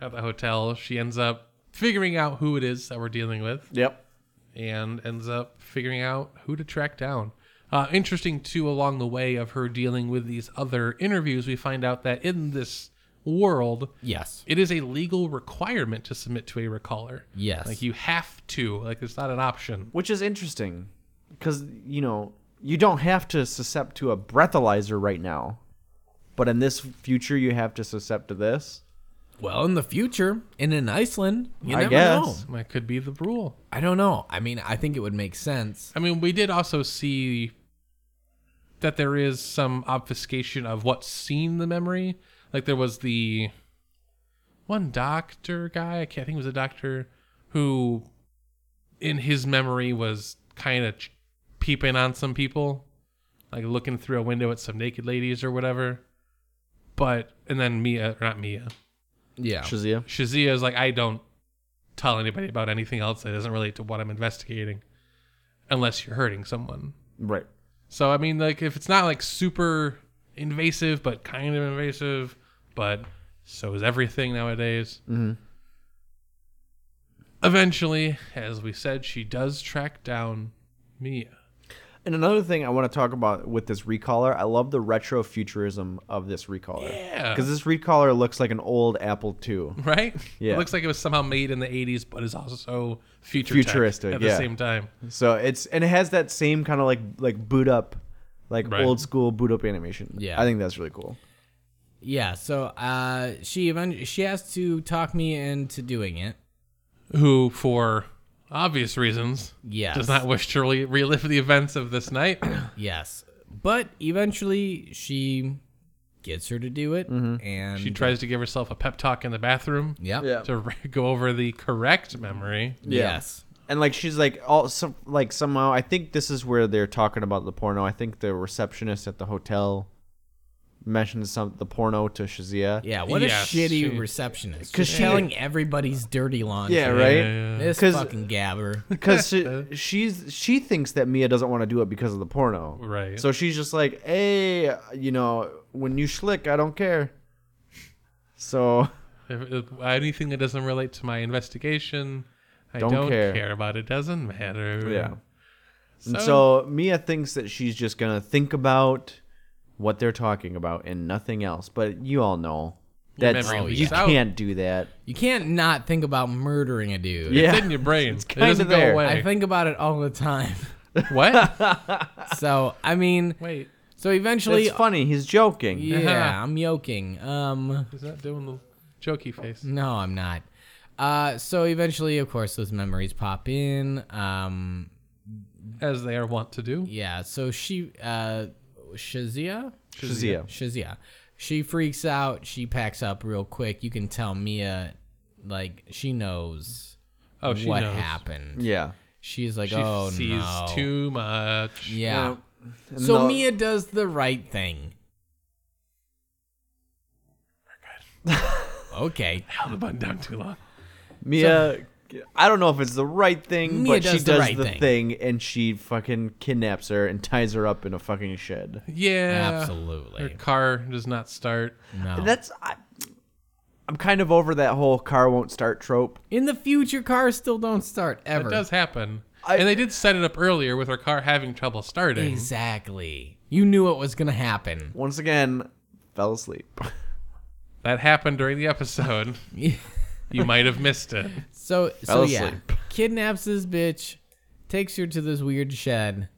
S2: at the hotel, she ends up figuring out who it is that we're dealing with
S3: Yep.
S2: and ends up figuring out who to track down. Uh, interesting, too, along the way of her dealing with these other interviews, we find out that in this world,
S1: Yes.
S2: it is a legal requirement to submit to a recaller.
S1: Yes.
S2: Like, you have to. Like, it's not an option.
S3: which is interesting because you know you don't have to suscept to a breathalyzer right now but in this future you have to suscept to this
S1: Well, in the future, and in Iceland, you
S3: I
S1: never
S3: guess.
S1: know.
S2: That could be the rule.
S1: I don't know. I mean, I think it would make sense.
S2: I mean, we did also see that there is some obfuscation of what's seen the memory. Like there was the one doctor guy, I can't I think it was a doctor who in his memory was kind of ch- peeping on some people, like looking through a window at some naked ladies or whatever. But and then Mia, or not Mia,
S1: Yeah.
S3: shazia
S2: Shazia is like, I don't tell anybody about anything else that doesn't relate to what I'm investigating, unless you're hurting someone.
S3: right
S2: So I mean, like, if it's not like super invasive, but kind of invasive, but so is everything nowadays.
S3: Mhm.
S2: Eventually, as we said, she does track down Mia.
S3: and another thing i want to talk about with this recaller i love the retro futurism of this recaller
S2: Yeah.
S3: because this recaller looks like an old apple ii
S2: Right?
S3: Yeah.
S2: It looks like it was somehow made in the 80s, but is also future tech
S3: Futuristic,
S2: at
S3: yeah.
S2: the same time.
S3: so it's and it has that same kind of like like boot up like
S2: Right.
S3: old school boot up animation
S1: Yeah.
S3: i think that's really cool
S1: Yeah. So uh, she even she has to talk me into doing it.
S2: Who, for obvious reasons,
S1: Yes.
S2: does not wish to re- relive the events of this night.
S1: Yes. But eventually, she gets her to do it, and
S2: she tries to give herself a pep talk in the bathroom
S1: Yep.
S3: Mm-hmm. Yeah.
S2: to re- go over the correct memory.
S1: Yes.
S3: and like she's like all some like somehow I think this is where they're talking about the porno. I think the receptionist at the hotel mentions some the porno to Shazia.
S1: Yeah, what a
S2: Yes,
S1: shitty
S2: she-
S1: receptionist.
S3: Cause
S1: She's
S3: she-
S1: telling everybody's dirty laundry.
S3: Yeah, right.
S2: Yeah, yeah.
S1: This
S3: 'Cause-
S1: fucking gabber.
S3: Because she, she's she thinks that Mia doesn't want to do it because of the porno.
S2: Right.
S3: So she's just like, hey, you know, when you schlick, I don't care. So
S2: If- if- anything that doesn't relate to my investigation, I
S3: Don't
S2: don't,
S3: care.
S2: care. about. It doesn't matter.
S3: yeah. And
S2: So-
S3: so Mia thinks that she's just gonna think about what they're talking about and nothing else. But you all know
S2: Your
S3: that
S2: memory
S3: you
S2: leaks out.
S3: can't do that.
S1: You can't not think about murdering a dude.
S3: Yeah.
S2: It's in your brain. it
S3: kinda
S2: doesn't
S3: there.
S2: go away.
S1: I think about it all the time.
S2: what?
S1: so I mean,
S2: Wait,
S1: so eventually,
S3: It's funny. He's joking.
S1: yeah, I'm yoking. Um,
S2: he's not doing the jokey face.
S1: No, I'm not. Uh, so eventually, of course, those memories pop in. Um,
S2: As they are wont to do.
S1: yeah. So she, uh, Shazia,
S3: Shazia.
S1: Shazia, she freaks out. She packs up real quick. You can tell Mia, like she knows
S2: Oh, she
S1: what
S2: knows.
S1: happened.
S3: Yeah.
S1: She's like,
S2: She
S1: oh
S2: sees
S1: no.
S2: too much.
S1: yeah.
S3: And
S1: So
S3: the-
S1: Mia does the right thing. Okay.
S2: Held the button down too long.
S3: Mia, I don't know if it's the right thing,
S1: Mia
S3: but she
S1: does
S3: does
S1: the
S3: the,
S1: right thing.
S3: thing. and she fucking kidnaps her and ties her up in a fucking shed.
S2: Yeah. Her
S1: Absolutely.
S2: car does not start.
S1: No.
S3: That's I, I'm kind of over that whole car won't start trope.
S1: In the future, cars still don't start ever.
S2: It does happen.
S3: I-
S2: and they did set it up earlier with her car having trouble starting.
S1: Exactly. You knew it was gonna happen.
S3: Once again, fell asleep.
S2: That happened during the episode. you might have missed it.
S1: so so
S3: Fell
S1: yeah.
S3: asleep.
S1: Kidnaps this bitch, takes her to this weird shed,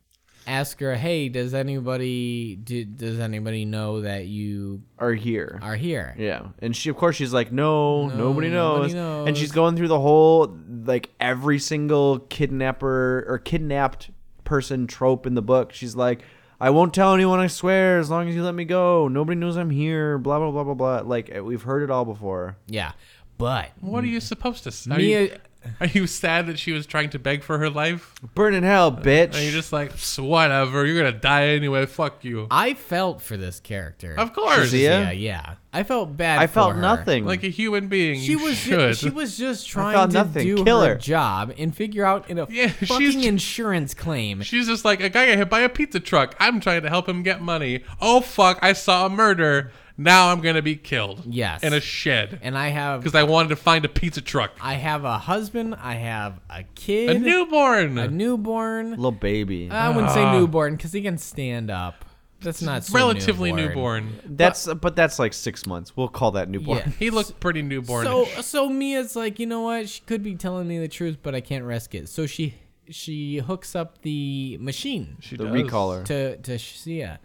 S1: asks her, "Hey, does anybody do, does anybody know that you
S3: Are here.
S1: are here?"
S3: Yeah, and she of course she's like, no,
S1: nobody
S3: nobody, knows.
S1: knows.
S3: and she's going through the whole like every single kidnapper or kidnapped person trope in the book. She's like, I won't tell anyone, I swear, as long as you let me go. Nobody knows I'm here. Blah blah blah blah blah. Like eh, we've heard it all before.
S1: Yeah. But
S2: What are you supposed to say? Are,
S1: Mia,
S2: you, are you sad that she was trying to beg for her life?
S3: Burn in hell,
S1: Uh,
S3: bitch.
S2: And you're just like, "Pss, whatever, you're going to die anyway. Fuck you.
S1: I felt for this character.
S2: Of course.
S3: Shazia?
S1: Yeah, yeah. I felt bad.
S3: I
S1: for
S3: felt
S1: her.
S3: nothing.
S2: Like a human being,
S1: She
S2: you
S1: was
S2: should.
S1: just, she was just trying
S3: felt
S1: to
S3: nothing.
S1: do
S3: Kill
S1: her
S3: her.
S1: job and figure out in a
S2: Yeah, she's
S1: fucking
S2: tr-
S1: insurance claim
S2: She's just like, a guy got hit by a pizza truck. I'm trying to help him get money. Oh, fuck, I saw a murder. Now I'm going to be killed.
S1: Yes.
S2: In a shed.
S1: and I have
S2: Because I wanted to find a pizza truck.
S1: I have a husband. I have a
S2: A
S1: kid.
S2: newborn.
S1: a newborn.
S3: little baby.
S1: I wouldn't
S2: Ah.
S1: say newborn because he can stand up. That's not so
S2: Relatively
S1: newborn.
S2: newborn.
S3: that's but that's like six months. We'll call that newborn.
S1: Yeah.
S2: He looked pretty newborn.
S1: So so Mia's like, you know what? She could be telling me the truth, but I can't risk it. So she she hooks up the machine
S2: she
S3: the
S2: does.
S3: recaller.
S1: to to Shia,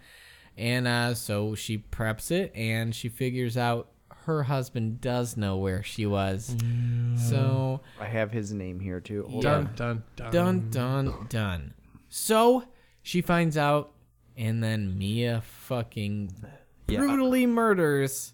S1: and uh, so she preps it and she figures out her husband does know where she was.
S2: Mm.
S1: So
S3: I have his name here too. Hold
S1: Yeah.
S3: on.
S2: Dun, dun, dun.
S1: Dun dun dun. So she finds out, and then Mia fucking
S3: Yeah.
S1: brutally murders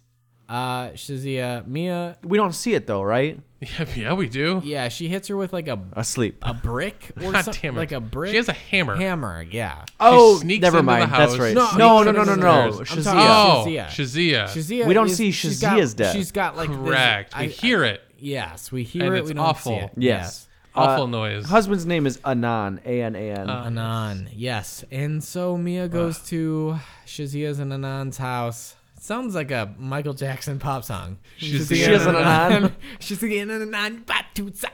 S1: uh Shazia. Mia,
S3: We don't see it though, right?
S2: Yeah, yeah, we do.
S1: yeah, she hits her with like a
S3: Asleep.
S1: a brick or
S2: God
S1: something,
S2: damn it.
S1: like a brick.
S2: She has a hammer.
S1: hammer. Yeah,
S3: Oh,
S2: sneaks
S3: never
S2: into the
S3: mind. That's
S2: house.
S3: right.
S2: No,
S3: No, no,
S1: sneaks
S3: no, no,
S1: under
S3: no.
S1: the
S3: no.
S1: stairs. I'm
S3: Shazia.
S1: talking
S2: Oh,
S1: Shazia.
S2: Shazia. Shazia.
S1: Shazia.
S3: We don't
S1: is-
S3: see
S1: she's got-
S3: Shazia's death.
S1: She's got like this-
S2: Correct.
S1: I-
S2: we hear it.
S1: Yes, we hear
S2: And
S1: it.
S2: it's
S1: we don't see
S2: awful.
S1: it.
S3: Yes.
S1: uh,
S3: Uh,
S2: Awful noise.
S3: Husband's name is Anan. A N A N.
S1: Anan, yes. And so Mia goes to Shazia's and Anan's house. Sounds like a Michael Jackson pop song.
S2: She's
S3: She has an
S1: Um,
S3: Anan.
S1: Shazia and Anan, Batuza.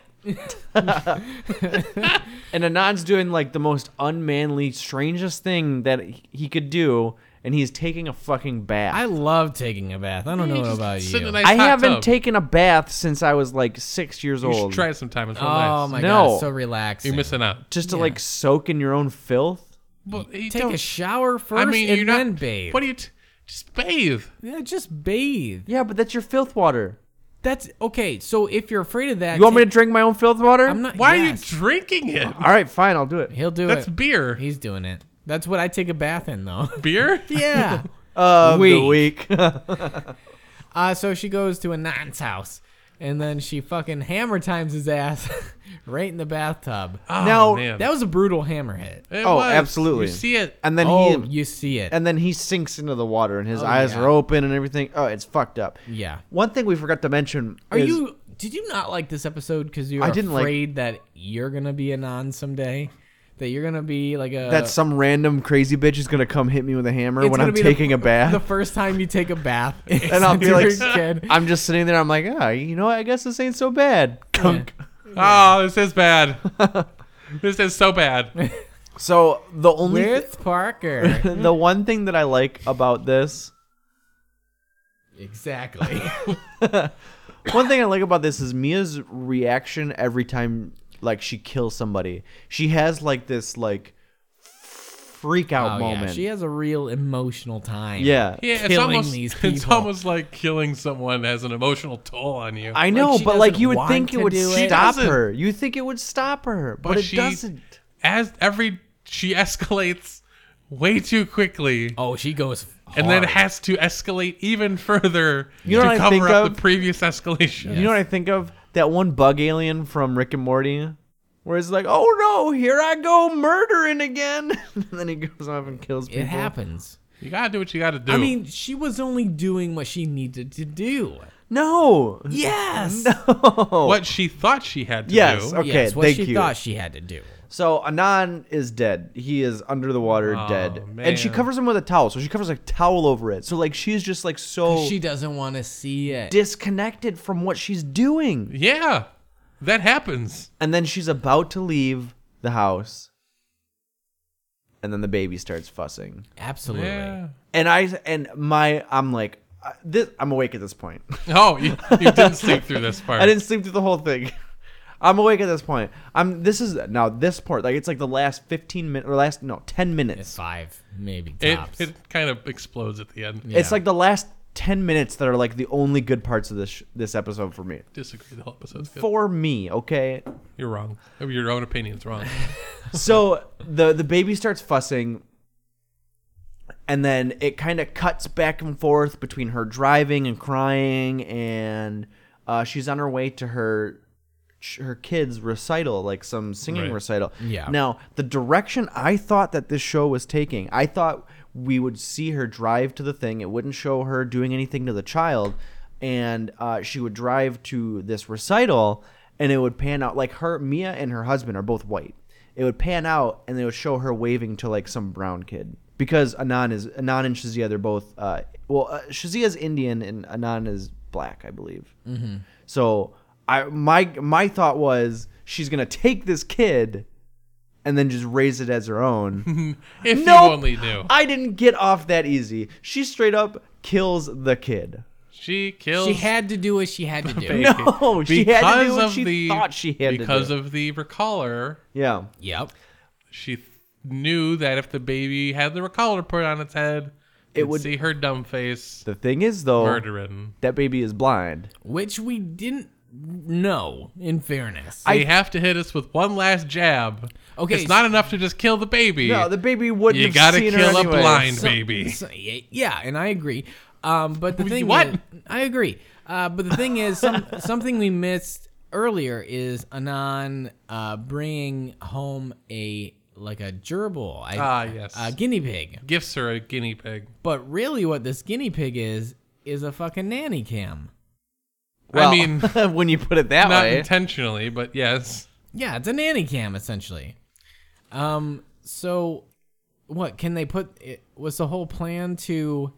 S3: And Anan's doing like the most unmanly, strangest thing that he- he could do, and he's taking a fucking bath.
S1: I love taking a bath. I don't know about
S2: Sit in a
S1: you.
S2: nice
S3: I
S2: hot
S3: haven't
S2: tub.
S3: taken a bath since I was like six years
S2: You should
S3: old.
S2: try it sometime. It's real
S1: Oh
S2: nice.
S1: my
S3: No.
S1: god, so relaxing.
S2: You're missing out.
S3: Just to like soak in your own filth.
S2: Well, you
S1: Take
S2: don't-
S1: a shower first
S2: I mean,
S1: and
S2: you're not.
S1: then bathe.
S2: What do you? T- just bathe.
S1: yeah, just bathe.
S3: Yeah, but that's your filth water.
S1: That's okay. So if you're afraid of that,
S3: You want me to
S1: take-
S3: drink my own filth water?
S1: I'm not.
S2: Why
S1: yes.
S2: are you drinking it?
S3: All right, fine, I'll do it.
S1: He'll do
S2: That's
S1: it.
S2: beer.
S1: He's doing it. That's what I take a bath in though.
S2: beer?
S1: yeah.
S3: Uh,
S1: Week.
S3: the week.
S1: Uh, so she goes to Anand's house, and then she fucking hammer times his ass right in the bathtub.
S2: Oh,
S3: Now-
S2: man.
S1: That was a brutal hammer hit.
S2: It
S3: Oh,
S2: was.
S3: absolutely.
S2: You see it.
S3: And then
S1: oh,
S3: he
S1: you see it.
S3: and then he sinks into the water and his
S1: Oh,
S3: eyes
S1: yeah.
S3: are open and everything. Oh, it's fucked up.
S1: yeah.
S3: One thing we forgot to mention
S1: Are
S3: is-
S1: you? Did you not like this episode because you're
S3: I didn't like-
S1: afraid that you're gonna be a non someday, that you're gonna be like a
S3: that some random crazy bitch is gonna come hit me with a hammer
S1: uh, It's
S3: when
S1: gonna
S3: I'm
S1: be the-
S3: taking a bath.
S1: the first time you take a bath,
S3: and I'll be like,
S1: kid.
S3: I'm just sitting there. I'm like, ah, you know, what? I guess this ain't so bad. Kunk.
S2: Oh, this is bad. this is so bad.
S3: So the only
S1: Where's Parker?
S3: the one thing that I like about this,
S1: exactly. Oh,
S3: one thing I like about this is Mia's reaction every time like she kills somebody. She has like this like freak out
S1: Oh,
S3: moment.
S1: yeah. She has a real emotional time.
S3: yeah.
S2: Yeah, it's
S1: Killing
S2: almost
S1: these
S2: it's
S1: people.
S2: almost like killing someone has an emotional toll on you.
S3: I know,
S1: she
S3: but like
S1: doesn't
S3: you would
S1: want
S3: think it
S1: to
S3: would
S1: do it. She
S3: stop
S2: doesn't.
S3: her. You think it would stop her, but,
S2: But
S3: it
S2: she-
S3: doesn't.
S2: As every she escalates way too quickly.
S1: Oh, she goes.
S2: And then
S1: hard.
S2: has to escalate even further
S3: You know
S2: to
S3: what I
S2: cover
S3: think
S2: up
S3: of?
S2: the previous escalation.
S3: You know what I think of? That one bug alien from Rick and Morty, where it's like, "Oh no, here I go murdering again," and then he goes off and kills people.
S1: it happens.
S2: You gotta do what you gotta do.
S1: I mean, she was only doing what she needed to do.
S3: No.
S1: Yes.
S2: what she thought she had to
S3: oh. Yes.
S2: do.
S3: Okay.
S1: yes, what
S3: thank
S1: she
S3: you.
S1: thought she had to do.
S3: So Anan is dead. He is under the water,
S2: Oh,
S3: dead, and she
S2: man.
S3: covers him with a towel. So she covers a towel over it. So like she's just like so
S2: Oh.
S1: She doesn't want to see it.
S3: disconnected from what she's doing.
S2: Yeah. That happens.
S3: And then she's about to leave the house, and then the baby starts fussing.
S1: Absolutely.
S2: Yeah.
S3: and I and my I'm like uh, this I'm awake at this point.
S2: Oh, you, you didn't sleep through this part.
S3: I didn't sleep through the whole thing. I'm awake at this point. I'm this is now this part like it's like the last 15 minutes or last no 10 minutes.
S1: Five, maybe
S2: It,
S1: tops.
S2: it kind of explodes at the end.
S1: Yeah.
S3: It's like the last 10 minutes that are like the only good parts of this sh- this episode for me.
S2: Disagree. The whole episode's good.
S3: For me, okay?
S2: You're wrong. Your own opinion's wrong.
S3: so the the baby starts fussing and then it kind of cuts back and forth between her driving and crying and uh, she's on her way to her her kids recital like some singing
S2: Right.
S3: recital
S1: Yeah.
S3: now the direction i thought that this show was taking i thought we would see her drive to the thing it wouldn't show her doing anything to the child and uh, she would drive to this recital and it would pan out like her mia and her husband are both white it would pan out and they would show her waving to like some brown kid because Anan is Anan and Shazia they're both uh, well uh, Shazia's Indian and Anan is black I believe mm-hmm. so I my my thought was she's gonna take this kid and then just raise it as her own
S2: If
S3: Nope.
S2: you only knew.
S3: I didn't get off that easy she straight up kills the kid
S2: She kills.
S1: she had to do what she had to do.
S2: baby.
S3: No, she had to do
S2: Because
S3: what
S2: of
S3: she
S2: the-
S3: thought she had to
S2: Because
S3: do.
S2: of the recaller,
S3: yeah
S1: Yep.
S2: she th- knew that if the baby had the recaller put on its head, it would
S3: would- Oh.
S2: see her dumb face
S3: the thing is though
S2: murdering.
S3: that baby is blind
S1: Which we didn't know, in fairness.
S2: They have to hit us with one last jab.
S1: Okay,
S2: it's not enough to just kill the baby.
S3: no the baby wouldn't
S2: you
S3: have
S2: gotta
S3: seen her
S2: kill a
S3: anyways.
S2: blind baby.
S1: So, y- yeah, and I agree. Um, but the thing
S2: What?
S1: is- I agree. Uh, but the thing is, some, something we missed earlier is Anon uh, bringing home a like a gerbil, I-
S2: Ah, yes.
S1: a guinea pig.
S2: Gifts her a guinea pig.
S1: But really, what this guinea pig is is a fucking nanny cam.
S2: I mean, not
S3: when you put it that way,
S2: intentionally, but yes.
S1: Yeah, it's a nanny cam essentially. Um, so what can they put? It, was the whole plan to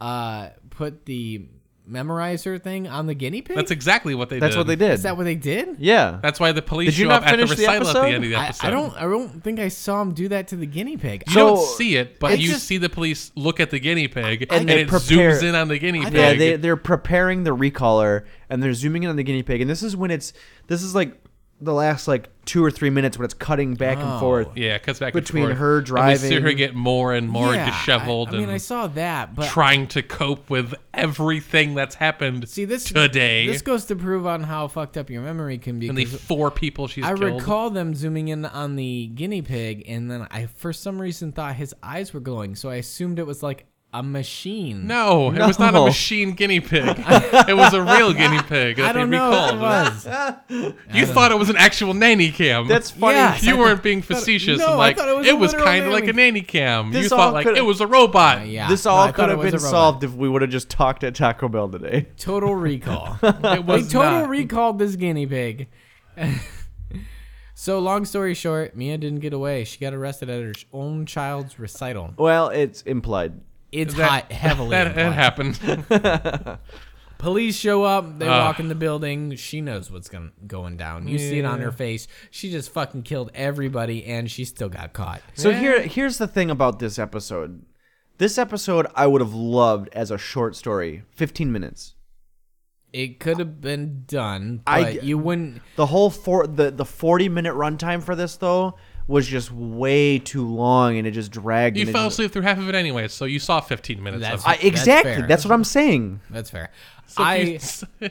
S1: uh put the memorizer thing on the guinea pig?
S2: That's exactly what they
S3: that's
S2: did.
S3: what they did.
S1: Is that what they did?
S3: yeah.
S2: That's why the police
S3: Did you
S2: show
S3: not
S2: up at the
S3: finish the
S2: recital at the
S3: episode?
S2: end of the
S1: I,
S2: episode.
S1: I don't. I don't think I saw him do that to the guinea pig.
S2: You
S1: I-
S2: don't
S3: So,
S2: see it, but
S3: it's
S2: you
S3: just-
S2: see the police look at the guinea pig,
S3: And
S2: and,
S3: they
S2: it
S3: prepare-
S2: zooms in on the guinea pig.
S3: Yeah, they they're preparing the recaller and they're zooming in on the guinea pig, and this is when it's this is like the last like two or three minutes when it's cutting back
S2: Oh.
S3: and forth.
S2: Yeah, it cuts back
S3: Between
S2: and forth.
S3: her
S2: and we see her
S3: driving-
S2: get more and more
S1: yeah,
S2: disheveled
S1: I, I mean,
S2: and
S1: I saw that, but
S2: trying to cope with everything that's happened.
S1: see this
S2: today,
S1: This goes to prove on how fucked up your memory can be.
S2: and the
S1: 'cause
S2: four people she's
S1: I
S2: killed.
S1: recall them zooming in on the guinea pig, and then I, for some reason, thought his eyes were glowing, so I assumed it was like a machine.
S2: No, it was not a
S3: No.
S2: machine guinea pig. it was a real guinea pig. That
S1: I don't
S2: they
S1: know what it was.
S2: recalled. You thought it was an actual nanny cam.
S3: That's funny.
S1: Yeah.
S2: you
S1: I
S2: weren't being facetious.
S1: no, I
S2: and like
S1: thought it was a
S2: it was
S1: literal
S2: kind of like
S1: nanny.
S2: a nanny cam.
S3: This
S2: you
S3: all
S2: thought like
S3: could've-
S2: it was a robot.
S1: Uh, yeah.
S3: This
S1: No,
S3: all
S1: I thought
S3: could
S1: it
S3: have
S1: was
S3: been
S1: a robot.
S3: solved if we would have just talked at Taco Bell today.
S1: Total recall.
S2: it
S1: they
S2: was
S1: total
S2: not.
S1: recalled this guinea pig. so long story short, Mia didn't get away. She got arrested at her own child's recital.
S3: Well, it's implied.
S1: It's
S2: That-
S1: hot, heavily.
S2: That,
S1: implied.
S2: that happened.
S1: Police show up. They
S2: Ah.
S1: walk in the building. She knows what's going going down. You see it on her face. She just fucking killed everybody, and she still got caught.
S3: So here, here's the thing about this episode. This episode I would have loved as a short story, 15 minutes.
S1: It could have been done, but
S3: I-
S1: you wouldn't.
S3: The whole four, the the 40 minute runtime for this though was just way too long, and it just dragged.
S2: you
S3: and it
S2: fell
S3: just-
S2: asleep through half of it anyway, so you saw 15 minutes
S1: That's-
S2: of
S3: I,
S2: it.
S3: exactly.
S1: fair.
S3: That's, what I'm saying.
S1: That's fair.
S2: So
S1: I
S2: you-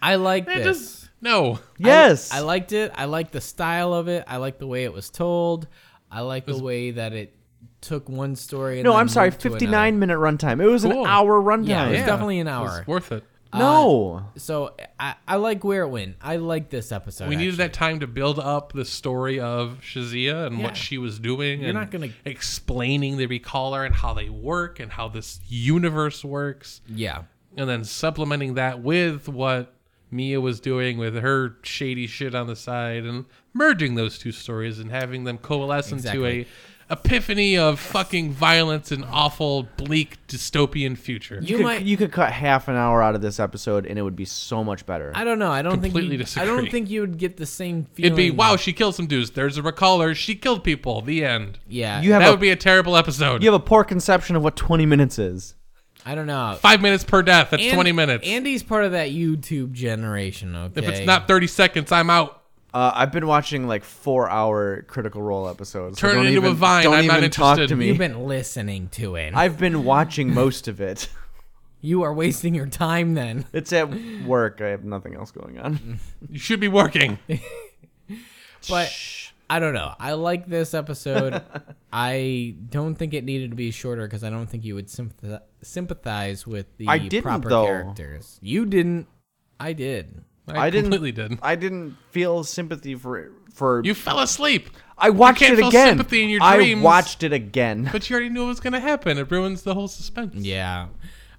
S1: I like this.
S2: just no.
S3: Yes.
S1: I liked it. I liked the style of it. I liked the way it was told. I liked the way that it took one story. And
S3: no,
S1: then
S3: I'm sorry.
S1: moved to another.
S3: 59 minute runtime. It was
S2: Cool.
S3: an hour
S1: Yeah, Uh, it
S3: runtime.
S1: was definitely an hour.
S2: It's worth it.
S3: no.
S1: So I, I like where it went. I like this episode.
S2: We needed
S1: actually.
S2: that time to build up the story of Shazia and
S1: Yeah.
S2: what she was doing. and
S1: not gonna-
S2: explaining the recaller and how they work and how this universe works,
S1: Yeah.
S2: and then supplementing that with what Mia was doing with her shady shit on the side, and merging those two stories and having them coalesce into
S1: Exactly.
S2: a epiphany of fucking violence and awful, bleak, dystopian future.
S1: You
S3: You could,
S1: might.
S3: you could cut half an hour out of this episode and it would be so much better.
S1: I don't know. I don't
S2: Completely
S1: think. You, I don't
S2: disagree.
S1: think you would get the same feeling.
S2: It'd be wow, she killed some dudes. There's a recaller. She killed people. The end.
S1: Yeah.
S3: You have
S2: that
S3: a-
S2: would be a terrible episode.
S3: you have a poor conception of what 20 minutes is.
S1: I don't know.
S2: Five minutes per death. That's
S1: And-
S2: 20 minutes.
S1: Andy's part of that YouTube generation. Okay.
S2: if it's not 30 seconds, I'm out.
S3: Uh, I've been watching like four hour Critical Role episodes. so
S2: Turn it
S3: don't
S2: into
S3: even-
S2: a Vine.
S3: Don't
S2: I'm
S3: even
S2: not
S3: talk to
S2: interested.
S3: me.
S1: you've been listening to it.
S3: I've been watching most of it.
S1: you are wasting your time then.
S3: It's at work. I have nothing else going on.
S2: You should be working.
S1: But I don't know. I like this episode. I don't think it needed to be shorter because I don't think you would sympathi- sympathize with the
S3: I didn't,
S1: proper
S3: though.
S1: characters. You didn't. I did.
S2: I,
S3: I didn't-
S2: completely did.
S3: I didn't feel sympathy for for.
S2: You fell asleep.
S3: I watched
S2: you can't
S3: it
S2: feel
S3: again.
S2: sympathy in your
S3: I
S2: dreams.
S3: watched it again.
S2: But you already knew it was going to happen. It ruins the whole suspense.
S1: Yeah.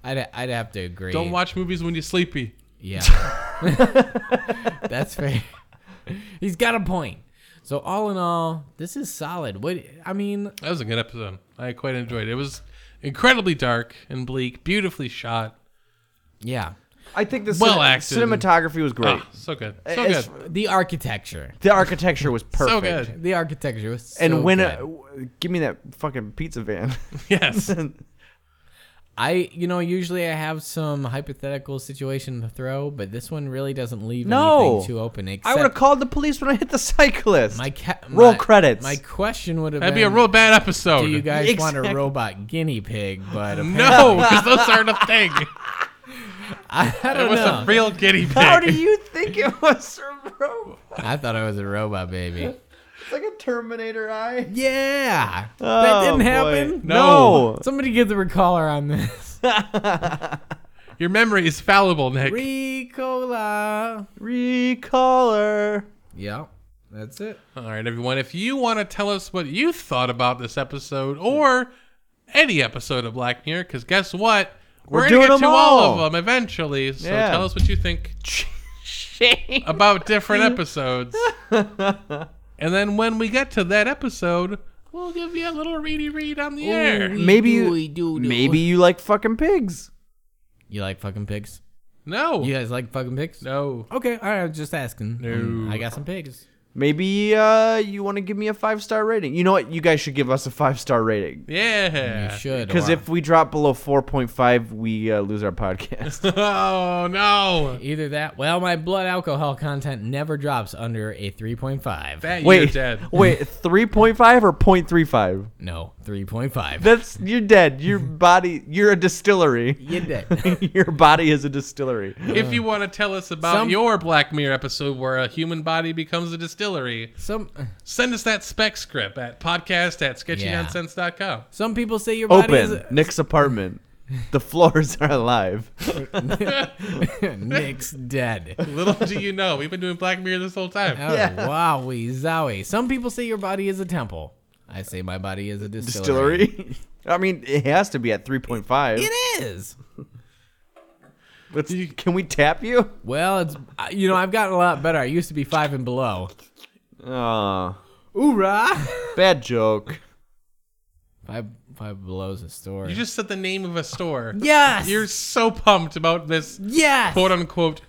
S1: I'd, I'd have to agree.
S2: Don't watch movies when you're sleepy.
S1: Yeah. That's fair. He's got a point. So all in all, this is solid. What I mean,
S2: That was a good episode. I quite enjoyed it. It was incredibly dark and bleak, beautifully shot.
S1: yeah.
S3: I think the
S2: Well
S3: cine-
S2: acted.
S3: cinematography was great.
S2: Ah, so good. So
S3: As-
S2: good.
S1: The architecture.
S3: The architecture was perfect.
S2: So good.
S1: The architecture was so
S3: And when
S1: good.
S3: uh, w- give me that fucking pizza van.
S2: Yes.
S1: I, you know, usually I have some hypothetical situation to throw, but this one really doesn't leave
S3: No.
S1: anything too open. Except
S3: I would have called the police when I hit the cyclist.
S1: my, ca- my
S3: Roll credits.
S1: My question would have
S2: That'd
S1: been,
S2: be a real bad episode.
S1: do you guys want a
S3: Exactly.
S1: robot guinea pig? But
S2: No, because those aren't a thing.
S1: I
S2: It
S1: don't
S2: was
S1: know.
S2: a real guinea pig.
S3: Oh, How do you think it was a robot?
S1: I thought I was a robot baby.
S3: It's like a Terminator eye.
S1: Yeah,
S3: Oh,
S1: that didn't happen.
S2: No.
S3: No.
S1: Somebody give the recaller on this.
S2: Your memory is fallible, Nick.
S1: Recola.
S3: Recaller.
S1: Yeah, that's it.
S2: All right, everyone. If you want to tell us what you thought about this episode or any episode of Black Mirror, because guess what? We're,
S3: We're
S2: gonna
S3: doing
S2: get
S3: them
S2: to all.
S3: all.
S2: of them eventually. So
S3: Yeah.
S2: tell us what you think about different episodes. and then when we get to that episode, we'll give you a little reedy read on the air.
S3: Maybe
S1: do,
S3: you-
S1: we do, do.
S3: Maybe you like fucking pigs.
S1: you like fucking pigs.
S2: No.
S1: You guys like fucking pigs?
S2: No.
S1: Okay, all right, I was just asking. Mm,
S2: No.
S1: I got some pigs.
S3: Maybe uh, you want to give me a five star rating. You know what? You guys should give us a five star rating.
S2: Yeah.
S1: You should.
S3: Because
S1: or-
S3: if we drop below 4.5, we uh, lose our podcast.
S2: oh, no.
S1: either that, well, my blood alcohol content never drops under a 3.5.
S2: That you're
S3: Wait,
S2: dead.
S3: wait, 3.5 or 0.35?
S1: no, 3.5.
S3: That's you're dead. Your body, you're a distillery.
S1: You did.
S3: Your body is a distillery.
S2: If you want to tell us about
S1: Some-
S2: your Black Mirror episode where a human body becomes a Distillery.
S1: Some
S2: Send us that spec script at podcast at
S1: Yeah.
S2: sketchynonsense.com.
S1: some people say your body
S3: Open Nick's apartment. The floors are alive.
S1: is Nick's dead.
S2: Little do you know, we've been doing Black Mirror this whole time.
S1: Oh, wowie zowie. Some people say your body is a temple. I say my body is a distillery.
S3: Distillery. I mean, it has to be at 3.5.
S1: It is.
S3: Let's- can we tap you?
S1: Well, it's I- you know I've gotten a lot better. I used to be five and below.
S3: Aw,
S1: Oorah!
S3: bad joke.
S1: Five five below is a store.
S2: You just said the name of a store.
S1: yes.
S2: You're so pumped about this
S1: yes.
S2: quote unquote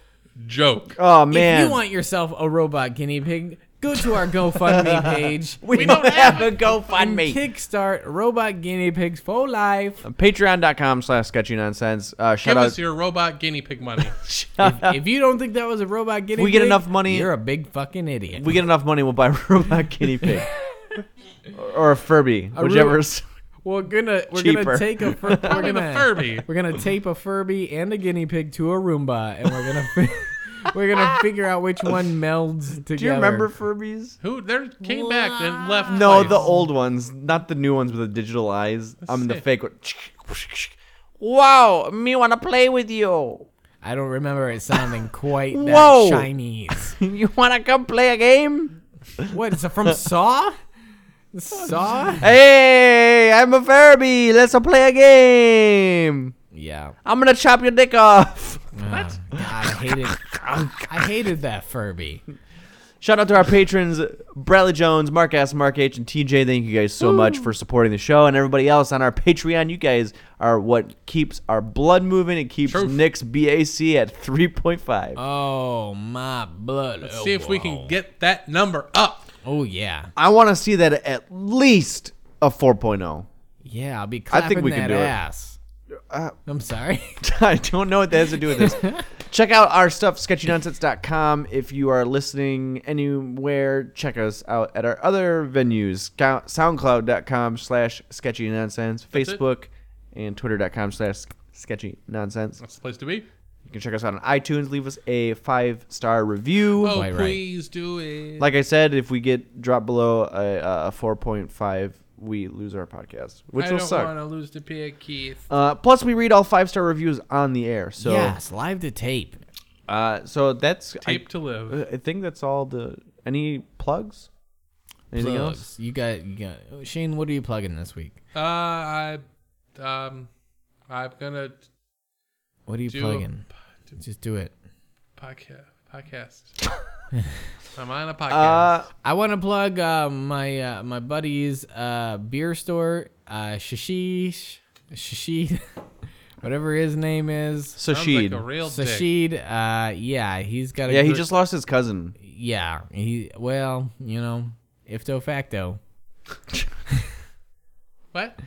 S2: joke.
S3: Oh
S1: If
S3: man,
S1: you want yourself a robot guinea pig, go to our GoFundMe page.
S3: we, don't have a GoFundMe.
S1: Kickstart robot guinea pigs for life.
S3: Patreon.com slash sketchy nonsense. Uh, shout
S2: Give
S3: out.
S2: us your robot guinea pig money.
S1: If you don't think that was a robot guinea pig,
S3: we get enough money-
S1: You're a big fucking idiot.
S3: we get enough money, we'll buy a robot guinea pig or, or a Furby,
S1: ro-
S3: whichever. is-
S1: We're gonna we're
S3: Cheaper.
S1: gonna take a fur- we're
S2: Even a
S1: gonna
S2: Furby.
S1: we're gonna tape a Furby and a guinea pig to a Roomba, and we're gonna fi- we're gonna figure out which one melds together.
S3: Do you remember Furbies?
S2: Who there came back and left.
S3: No,
S2: twice.
S3: the old ones, not the new ones with the digital eyes. I'm the
S2: sick.
S3: fake one. Wow, me wanna play with you.
S1: I don't remember it sounding quite that
S3: Whoa.
S1: Chinese.
S3: You wanna come play a game?
S1: What is it from Saw? Saw?
S3: Hey, I'm a Furby. Let's play a game.
S1: Yeah.
S3: I'm gonna chop your dick off.
S1: What? God, I hated. I hated that Furby.
S3: Shout out to our patrons, Bradley Jones, Mark S, Mark H, and TJ. Thank you guys so much for supporting the show and everybody else on our Patreon. You guys are what keeps our blood moving. It keeps
S2: Truth.
S3: Nick's BAC at 3.5.
S1: Oh my blood! Let's
S2: See if we can get that number up.
S1: Oh yeah,
S3: I want to see that at least a oh. 4.0.
S1: yeah. I'll be
S3: I
S1: clapping
S3: think we
S1: that
S3: can do it. Uh,
S1: ass. I'm sorry.
S3: I don't know what that has to do with this. check out our stuff, sketchynonsense.com. If you are listening anywhere, check us out at our other venues, scout- soundcloud.com slash sketchynonsense,
S2: it.
S3: Facebook, and twitter.com slash sketchynonsense.
S2: That's the place to be.
S3: You can check us out on iTunes. Leave us a five-star review.
S2: Oh,
S1: right.
S2: please do it.
S3: Like I said, if we get dropped below a, a 4.5, we lose our podcast, which
S2: I
S3: will
S2: don't
S3: suck.
S2: want to lose the pig, Keith.
S3: Uh, plus, we read all five-star reviews on the air. So,
S1: yes, live to tape.
S3: uh, so that's I-
S2: Tape to live.
S3: I think that's all the any plugs. Anything
S1: Plugs.
S3: else?
S1: You got, you got Shane. What are you plugging this week?
S2: Uh, I, um, I'm gonna
S1: What are you
S2: do
S1: plugging?
S2: a
S1: Just do it.
S2: podcast. Podcast. I'm on a podcast.
S3: Uh,
S1: I want to plug uh, my uh, my buddy's uh, beer store, uh, Shashish, Shashid, whatever his name is.
S2: Sounds
S3: Sashid.
S2: Like a real dick.
S1: Sashid, uh, yeah, he's got a
S3: yeah, he
S1: gr-
S3: just lost his cousin.
S1: yeah he well you know ifto facto.
S2: What?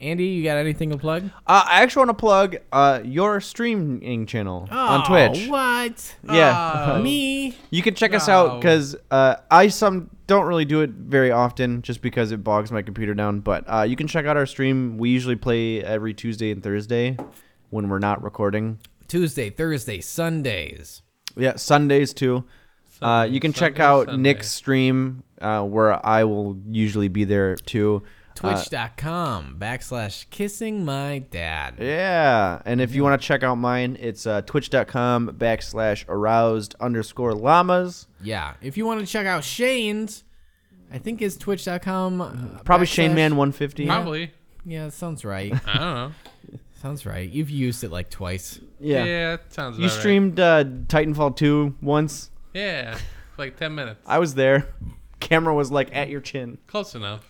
S1: Andy, you got anything to plug
S3: Uh, I actually want to plug uh, your streaming channel on
S1: Oh,
S3: Twitch.
S1: What
S3: Yeah,
S2: Oh.
S1: me?
S3: you can check us out
S2: No.
S3: because uh, I some don't really do it very often, just because it bogs my computer down. But uh, you can check out our stream. We usually play every Tuesday and Thursday when we're not recording.
S1: Tuesday, Thursday, Sundays.
S3: Yeah, Sundays too. uh, you can check
S2: Sunday,
S3: out
S2: Sunday.
S3: Nick's stream uh, where I will usually be there too. Uh,
S1: Twitch.com backslash kissing my dad.
S3: yeah, and if you want to check out mine, it's uh, twitch.com backslash aroused underscore llamas.
S1: Yeah. If you want to check out Shane's, I think it's twitch.com. uh,
S3: Probably
S1: backslash-
S3: Shane Man 150.
S2: Probably.
S1: Yeah, that sounds right.
S2: I don't know.
S1: sounds right. You've used it like twice.
S3: Yeah.
S2: Yeah, that sounds.
S3: You
S2: about right.
S3: streamed uh, Titanfall 2 once.
S2: Yeah, for like ten minutes.
S3: I was there. Camera was like at your chin.
S2: Close enough.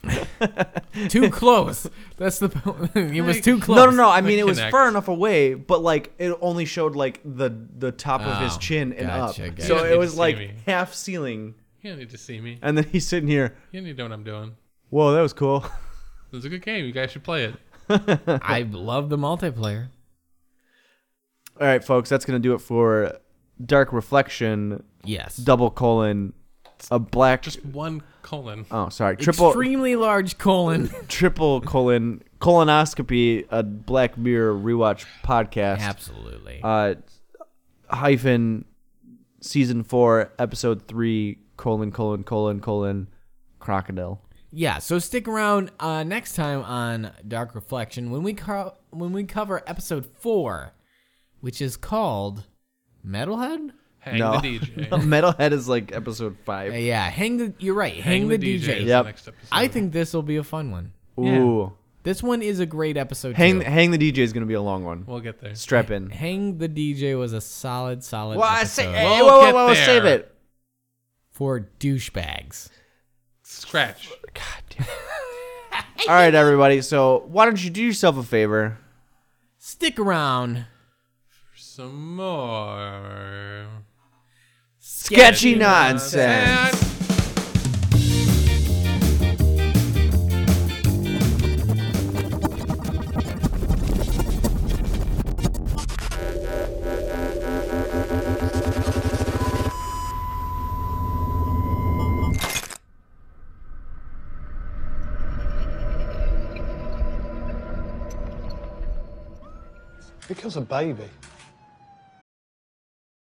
S1: Too close. That's the. it was too close.
S3: No, no, no. I
S2: The
S3: mean, it was
S2: Kinect.
S3: far enough away, but like it only showed like the the top of his
S1: Oh,
S3: chin and
S1: gotcha,
S3: up.
S1: gotcha.
S2: You
S3: So
S2: don't
S3: it
S2: need to
S3: was
S2: see
S3: like
S2: me.
S3: half ceiling.
S2: You don't need to see me.
S3: And then he's sitting here.
S2: You need to know what I'm doing.
S3: Whoa, that was cool.
S2: It's a good game. You guys should play it.
S1: I love the multiplayer.
S3: All right, folks, that's gonna do it for Dark Reflection.
S1: Yes.
S3: Double colon, a black.
S2: Just one colon.
S3: oh, sorry, triple
S1: Extremely large colon
S3: triple colon colonoscopy. A Black Mirror rewatch podcast.
S1: absolutely
S3: Uh, hyphen season four episode three colon colon colon colon crocodile.
S1: Yeah, so stick around uh, next time on Dark Reflection when we co- when we cover episode four, which is called Metalhead.
S2: Hang
S3: no,
S2: the DJ.
S3: Metalhead is like episode five.
S1: Uh, yeah, hang the. You're right. Hang, the, DJ.
S2: is
S3: Yep.
S2: the next episode.
S1: I think this will be a fun one.
S3: Ooh,
S1: This one is a great episode.
S3: hang
S1: too.
S3: hang the DJ is gonna be a long one.
S2: we'll get there.
S3: Strap in.
S1: hang the DJ was a solid, solid
S3: Well, I
S1: episode
S3: say, hey,
S2: We'll
S3: whoa, whoa,
S2: get
S3: whoa,
S2: there.
S3: save it.
S1: for douchebags.
S2: Scratch.
S3: All right, everybody. So why don't you do yourself a favor?
S1: Stick around.
S2: Some more.
S3: Sketchy nonsense.
S2: Sad.
S5: Who kills a baby?